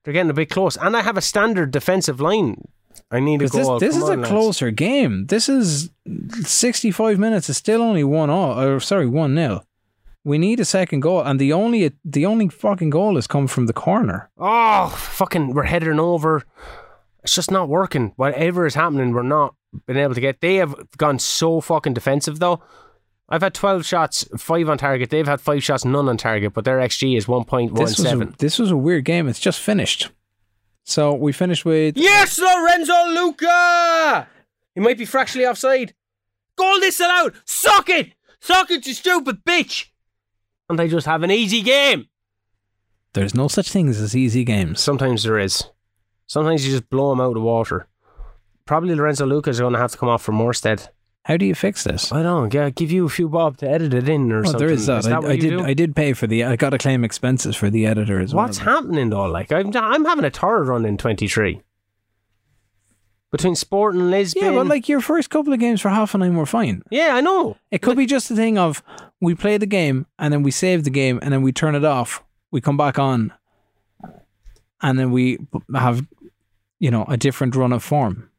C: they're getting a bit close. And I have a standard defensive line. I need a
B: 'Cause this,
C: goal.
B: this
C: Come
B: is a
C: on, lads.
B: closer game. This is 65 minutes. It's still only one all, or sorry, one nil. We need a second goal, and the only the only fucking goal has come from the corner.
C: Oh, fucking, we're heading over. It's just not working. Whatever is happening, we're not been able to get. They have gone so fucking defensive, though. I've had 12 shots, five on target. They've had five shots, none on target, but their XG is
B: This was a,
C: 1.17.
B: this was a weird game. It's just finished. So we finished with
C: Yes, Lorenzo Luca! He might be fractionally offside. Goal disallowed! Suck it! Suck it, you stupid bitch! And they just have an easy game.
B: there's no such things as easy games.
C: Sometimes there is. Sometimes you just blow them out of water. Probably Lorenzo Lucas are going to have to come off for Morstead.
B: How do you fix this?
C: I don't know. g- Give you a few bob to edit it in or
B: Well,
C: something.
B: Oh, there is that. I,
C: what
B: I
C: you
B: did.
C: do?
B: I did pay for the. I got to claim expenses for the editor as
C: What's
B: well.
C: happening though? Like I'm, I'm having a torrid run in 23 between Sport and Lisbon.
B: Yeah, but like your first couple of games for half an hour were fine.
C: yeah, I know.
B: It could be just a thing of we play the game and then we save the game and then we turn it off. We come back on, and then we b- have, you know, a different run of form.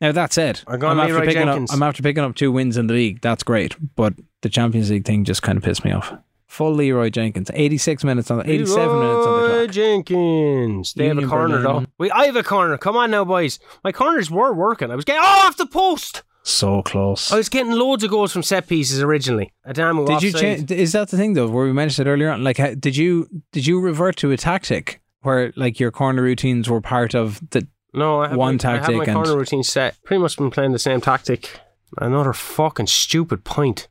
B: Now that said,
C: I'm going
B: after
C: Leroy
B: picking
C: Jenkins.
B: up. I'm after picking up two wins in the league. That's great, but the Champions League thing just kind of pissed me off. Full Leroy Jenkins, 86 minutes on, 87 minutes on the
C: Leroy
B: clock.
C: Jenkins. They have a
B: Union
C: corner though.
B: Berlin.
C: We, I have a corner. Come on now, boys. My corners were working. I was getting oh, off the post.
B: So close.
C: I was getting loads of goals from set pieces originally. Adamu
B: Did you
C: offside.
B: change? Is that the thing though, where we mentioned it earlier on? Like, how, did you did you revert to a tactic where like your corner routines were part of the?
C: No, I have
B: one
C: my, I have
B: tactic
C: my
B: and-
C: corner routine set. Pretty much been playing the same tactic. Another fucking stupid point.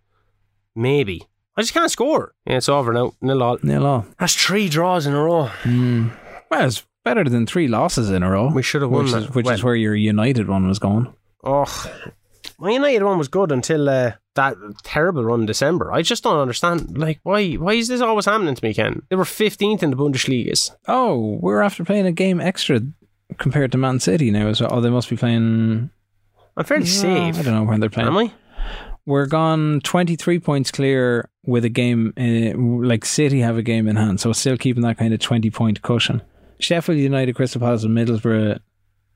C: Maybe. I just can't score. Yeah, it's over now. Nil all.
B: Nil all.
C: That's three draws in a row.
B: Well, it's better than three losses in a row.
C: We should have won
B: which
C: that.
B: is, which
C: Well-
B: is where your United one was going.
C: Oh, my United one was good until uh, that terrible run in December. I just don't understand. Like, why? Why is this always happening to me, Ken? They were 15th in the Bundesliga.
B: Oh, we're after playing a game extra compared to Man City now as well. Oh, they must be playing.
C: I'm fairly
B: I
C: safe.
B: don't know when they're playing.
C: Am I?
B: We're gone twenty three points clear with a game. Uh, like City have a game in hand, so still keeping that kind of twenty point cushion. Sheffield United, Crystal Palace, and Middlesbrough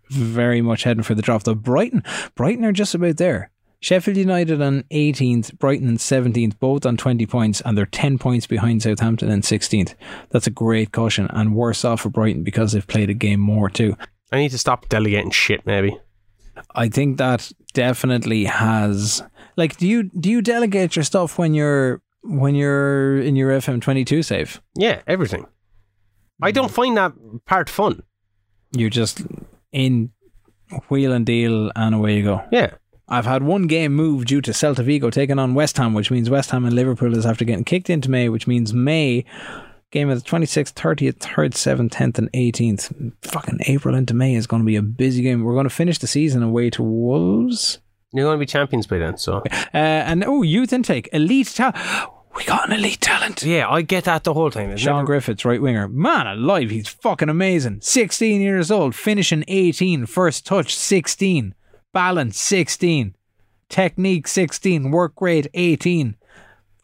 B: very much heading for the drop. Though Brighton, Brighton are just about there. Sheffield United on 18th, Brighton on 17th, both on 20 points, and they're 10 points behind Southampton in 16th. That's a great cushion, and worse off for Brighton because they've played a game more too.
C: I need to stop delegating shit. Maybe.
B: I think that definitely has like do you do you delegate your stuff when you're when you're in your FM twenty two save?
C: Yeah, everything. I don't find that part fun.
B: You're just in wheel and deal and away you go.
C: Yeah.
B: I've had one game moved due to Celta Vigo taking on West Ham, which means West Ham and Liverpool is after getting kicked into May, which means May game of the 26th, 30th, 3rd, 7th, 10th, and 18th. Fucking April into May is going to be a busy game. We're going to finish the season away to Wolves.
C: You're going to be champions by then, so.
B: Uh, and oh, youth intake, elite talent. We got an elite talent.
C: Yeah, I get that the whole time. It's
B: Sean
C: never-
B: Griffiths, right winger. Man alive, he's fucking amazing. 16 years old, finishing 18, first touch 16, balance 16, technique 16, work rate 18.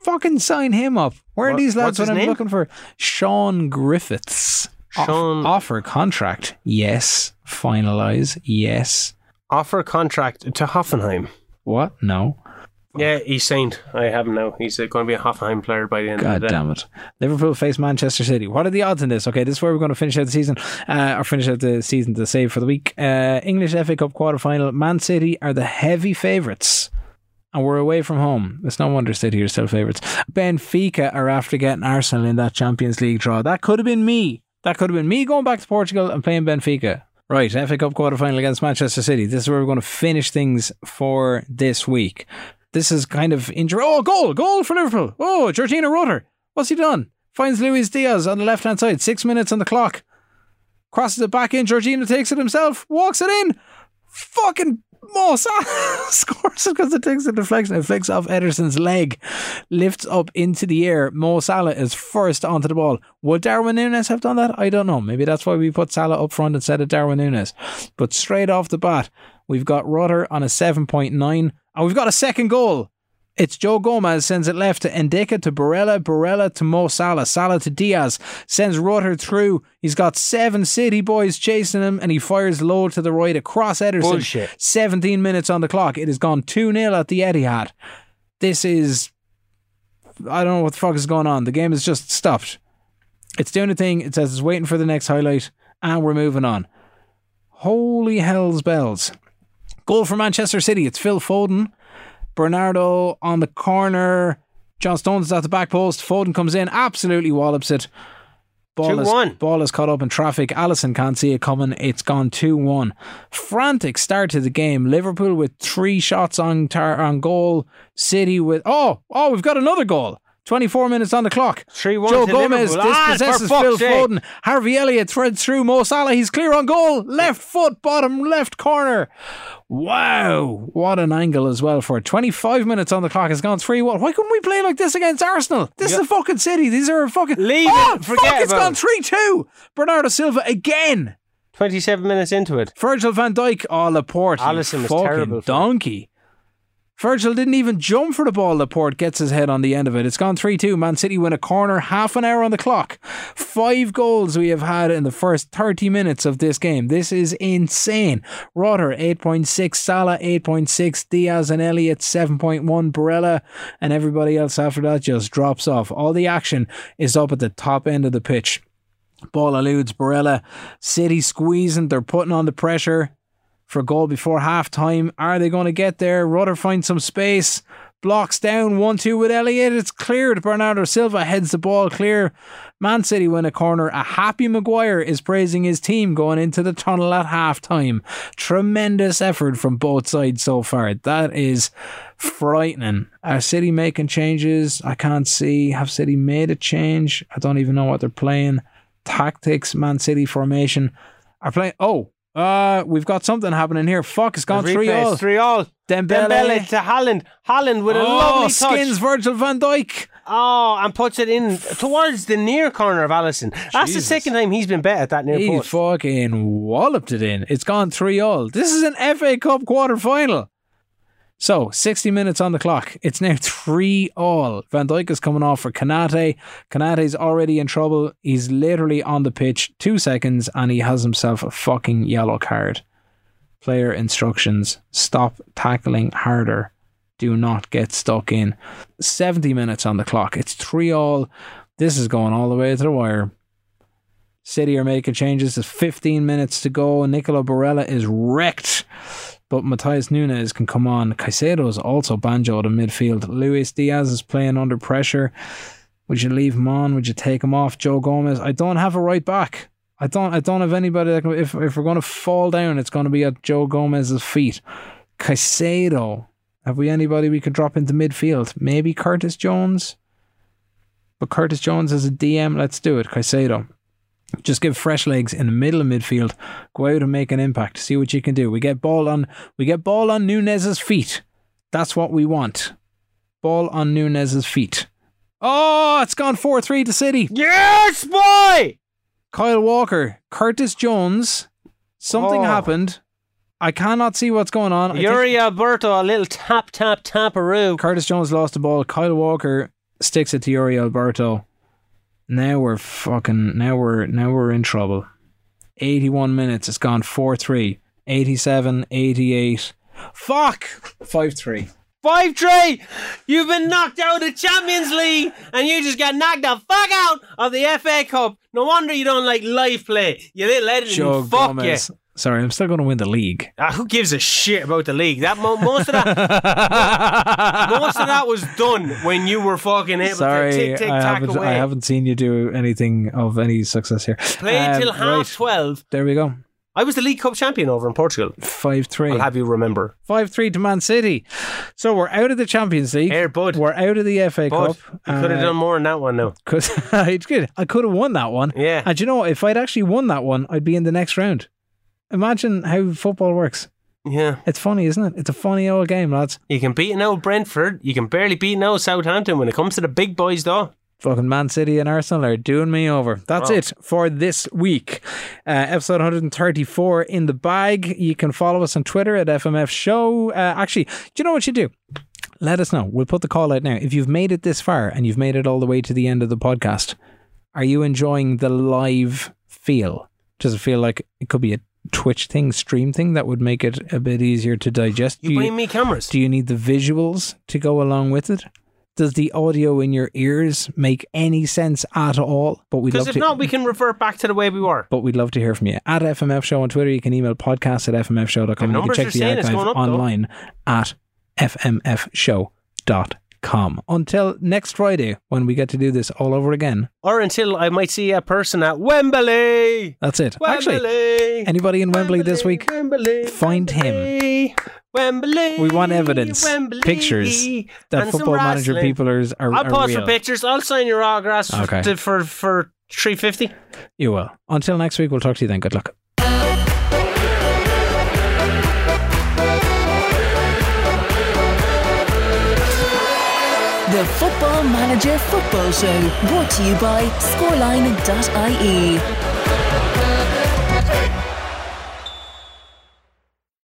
B: Fucking sign him up. Where are
C: What-
B: these
C: what's
B: lads
C: his
B: when I'm
C: name?
B: looking for? Sean Griffiths. Off-
C: Sean-
B: offer contract. Yes. Finalize. Yes.
C: Offer contract to Hoffenheim.
B: What? No.
C: Yeah, he's signed. I have him now. He's uh, going to be a Hoffenheim player by the end of
B: God
C: the day.
B: damn it. Liverpool face Manchester City. What are the odds in this? Okay, this is where we're going to finish out the season, uh, or finish out the season to save for the week. Uh, English FA Cup quarter final. Man City are the heavy favourites. And we're away from home. It's no wonder City are still favourites. Benfica are after getting Arsenal in that Champions League draw. That could have been me. That could have been me going back to Portugal and playing Benfica. Right, FA Cup quarter final against Manchester City. This is where we're going to finish things for this week. This is kind of injury. Oh, goal, goal for Liverpool. Oh, Georgina Rutter. What's he done? Finds Luis Diaz on the left hand side. Six minutes on the clock. Crosses it back in. Georgina takes it himself. Walks it in. Fucking Ah, Mo Salah scores it because it takes a deflection. It flicks off Ederson's leg. Lifts up into the air. Mo Salah is first onto the ball. Would Darwin Nunes have done that? I don't know. Maybe that's why we put Salah up front instead of Darwin Nunes. But straight off the bat, we've got Rutter on a 7.9. And we've got a second goal. It's Joe Gomez sends it left to Endeka to Barella, Barella to Mo Salah, Salah to Diaz, sends Rutter through. He's got seven City boys chasing him, and he fires low to the right across Ederson.
C: Bullshit.
B: 17 minutes on the clock. It has gone 2 0 at the Etihad. This is. I don't know what the fuck is going on. The game has just stopped. It's doing a thing. It says it's waiting for the next highlight, and we're moving on. Holy hell's bells. Goal for Manchester City. It's Phil Foden. Bernardo on the corner. John Stones is at the back post. Foden comes in, absolutely wallops it. Ball is,
C: 2-1.
B: ball is caught up in traffic. Allison can't see it coming. It's gone 2 1. Frantic start to the game. Liverpool with three shots on, tar- on goal. City with. Oh, oh, we've got another goal. 24 minutes on the clock.
C: 3-1
B: Joe
C: to
B: Gomez
C: Liverpool. Ah, for
B: dispossesses
C: fuck's
B: Phil
C: sake.
B: Foden. Harvey Elliott threads through Mo Salah. He's clear on goal. Left foot, bottom left corner. Wow, what an angle as well for it. 25 minutes on the clock has gone 3 1. Why couldn't we play like this against Arsenal? This is a fucking city. These are a fucking.
C: Leave
B: oh,
C: it. Forget
B: fuck, it's
C: about
B: gone
C: it.
B: 3 2. Bernardo Silva again.
C: 27 minutes into it.
B: Virgil van Dijk, oh, Laporte. you
C: Alisson was
B: fucking
C: terrible for-
B: donkey. Virgil didn't even jump for the ball. Laporte gets his head on the end of it. It's gone 3 2. Man City win a corner, half an hour on the clock. Five goals we have had in the first 30 minutes of this game. This is insane. Rotter 8.6, Salah 8.6, Diaz and Elliott 7.1, Barella, and everybody else after that just drops off. All the action is up at the top end of the pitch. Ball eludes Barella. City squeezing. They're putting on the pressure for goal before half time. Are they going to get there? Rudder finds some space. Blocks down 1 2 with Elliott. It's cleared. Bernardo Silva heads the ball clear. Man City win a corner. A happy Maguire is praising his team going into the tunnel at half time. Tremendous effort from both sides so far. That is frightening. Are City making changes? I can't see. Have City made a change? I don't even know what they're playing tactics, Man City formation are playing. Oh, uh, we've got something happening here. Fuck, it's gone three all.
C: Replays, Three all.
B: Dembele.
C: Dembele to Holland. Holland with a
B: Oh,
C: lovely
B: skins
C: touch.
B: Virgil van Dijk.
C: Oh, and puts it in towards the near corner of Allison. That's the
B: Jesus.
C: second time he's been bet at that near
B: He
C: post.
B: fucking walloped it in. It's gone three all. This is an FA Cup quarter final. So, 60 minutes on the clock. It's now 3 all. Van Dijk is coming off for Kanate. Kanate's already in trouble. He's literally on the pitch two seconds and he has himself a fucking yellow card. Player instructions stop tackling harder. Do not get stuck in. 70 minutes on the clock. It's 3 all. This is going all the way to the wire. City are making changes. There's 15 minutes to go. Nicola Barella is wrecked, but Matthias Nunes can come on. Caicedo is also banjoed in midfield. Luis Diaz is playing under pressure. Would you leave him on? Would you take him off? Joe Gomez. I don't have a right back. I don't. I don't have anybody. That can, if if we're going to fall down, it's going to be at Joe Gomez's feet. Caicedo. Have we anybody we could drop into midfield? Maybe Curtis Jones. But Curtis Jones is a DM. Let's do it. Caicedo. Just give fresh legs in the middle of midfield. Go out and make an impact. See what you can do. We get ball on we get ball on Nunez's feet. That's what we want. Ball on Nunez's feet. Oh, it's gone 4-3 to City.
C: Yes, boy!
B: Kyle Walker, Curtis Jones. Something
C: Oh.
B: happened. I cannot see what's going on. I think-
C: Yuri Alberto, a little tap, tap, taparoo.
B: Curtis Jones lost the ball. Kyle Walker sticks it to Yuri Alberto. Now we're fucking. Now we're now we're in trouble. 81 minutes. It's gone 4 3. 87, 88. Fuck! 5 3.
C: 5 3! You've been knocked out of the Champions League and you just got knocked the fuck out of the FA Cup. No wonder you don't like live play. You little Edison.
B: Joe
C: fuck
B: Gomez.
C: you.
B: Sorry, I'm still going to win the league.
C: Ah, who gives a shit about the league? That mo- most of that most of that was done when you were fucking able
B: Sorry,
C: to tick tick
B: I,
C: tack
B: haven't,
C: away.
B: I haven't seen you do anything of any success here.
C: Play
B: Um,
C: till half
B: right,
C: twelve.
B: There we go.
C: I was the League Cup champion over in Portugal.
B: 5 3.
C: I'll have you remember.
B: 5 3 to Man City. So we're out of the Champions League.
C: Air Bud.
B: We're out of the FA
C: But
B: Cup.
C: you could have
B: Uh,
C: done more in that one now.
B: Cause it's good. I could have won that one.
C: Yeah.
B: And you know, what? if I'd actually won that one, I'd be in the next round. Imagine how football works.
C: Yeah.
B: It's funny, isn't it? It's a funny old game, lads.
C: You can beat an old Brentford. You can barely beat an old Southampton when it comes to the big boys, though.
B: Fucking Man City and Arsenal are doing me over. That's
C: Wow.
B: it for this week. Uh, episode 134 in the bag. You can follow us on Twitter at FMF Show. Uh, actually, do you know what you do? Let us know. We'll put the call out now. If you've made it this far and you've made it all the way to the end of the podcast, are you enjoying the live feel? Does it feel like it could be a Twitch thing, stream thing that would make it a bit easier to digest? Do
C: You bring me cameras.
B: do you need the visuals to go along with it? Does the audio in your ears make any sense at all? But we'd
C: Because
B: love
C: if
B: to.
C: not, we can revert back to the way we were.
B: but we'd love to hear from you at FMF Show on Twitter. You can email podcast at fmfshow.com.
C: The
B: You can
C: numbers
B: check
C: are
B: the
C: saying it's
B: archive
C: going up, though.
B: online at fmfshow.com. Until next Friday, when we get to do this all over again.
C: Or until I might see a person at Wembley.
B: That's it.
C: Wembley.
B: Actually, anybody in Wembley this week?
C: Wembley,
B: find him.
C: Wembley, Wembley.
B: We want evidence,
C: Wembley,
B: pictures That
C: and some
B: football manager
C: wrestling.
B: people are, are,
C: I'll
B: are
C: pause
B: real.
C: for pictures. I'll sign your autographs for-
B: Okay.
C: to- for for three fifty.
B: You will. Until next week, we'll talk to you then. Good luck.
A: The Football Manager Football Show, brought to you by scoreline.ie.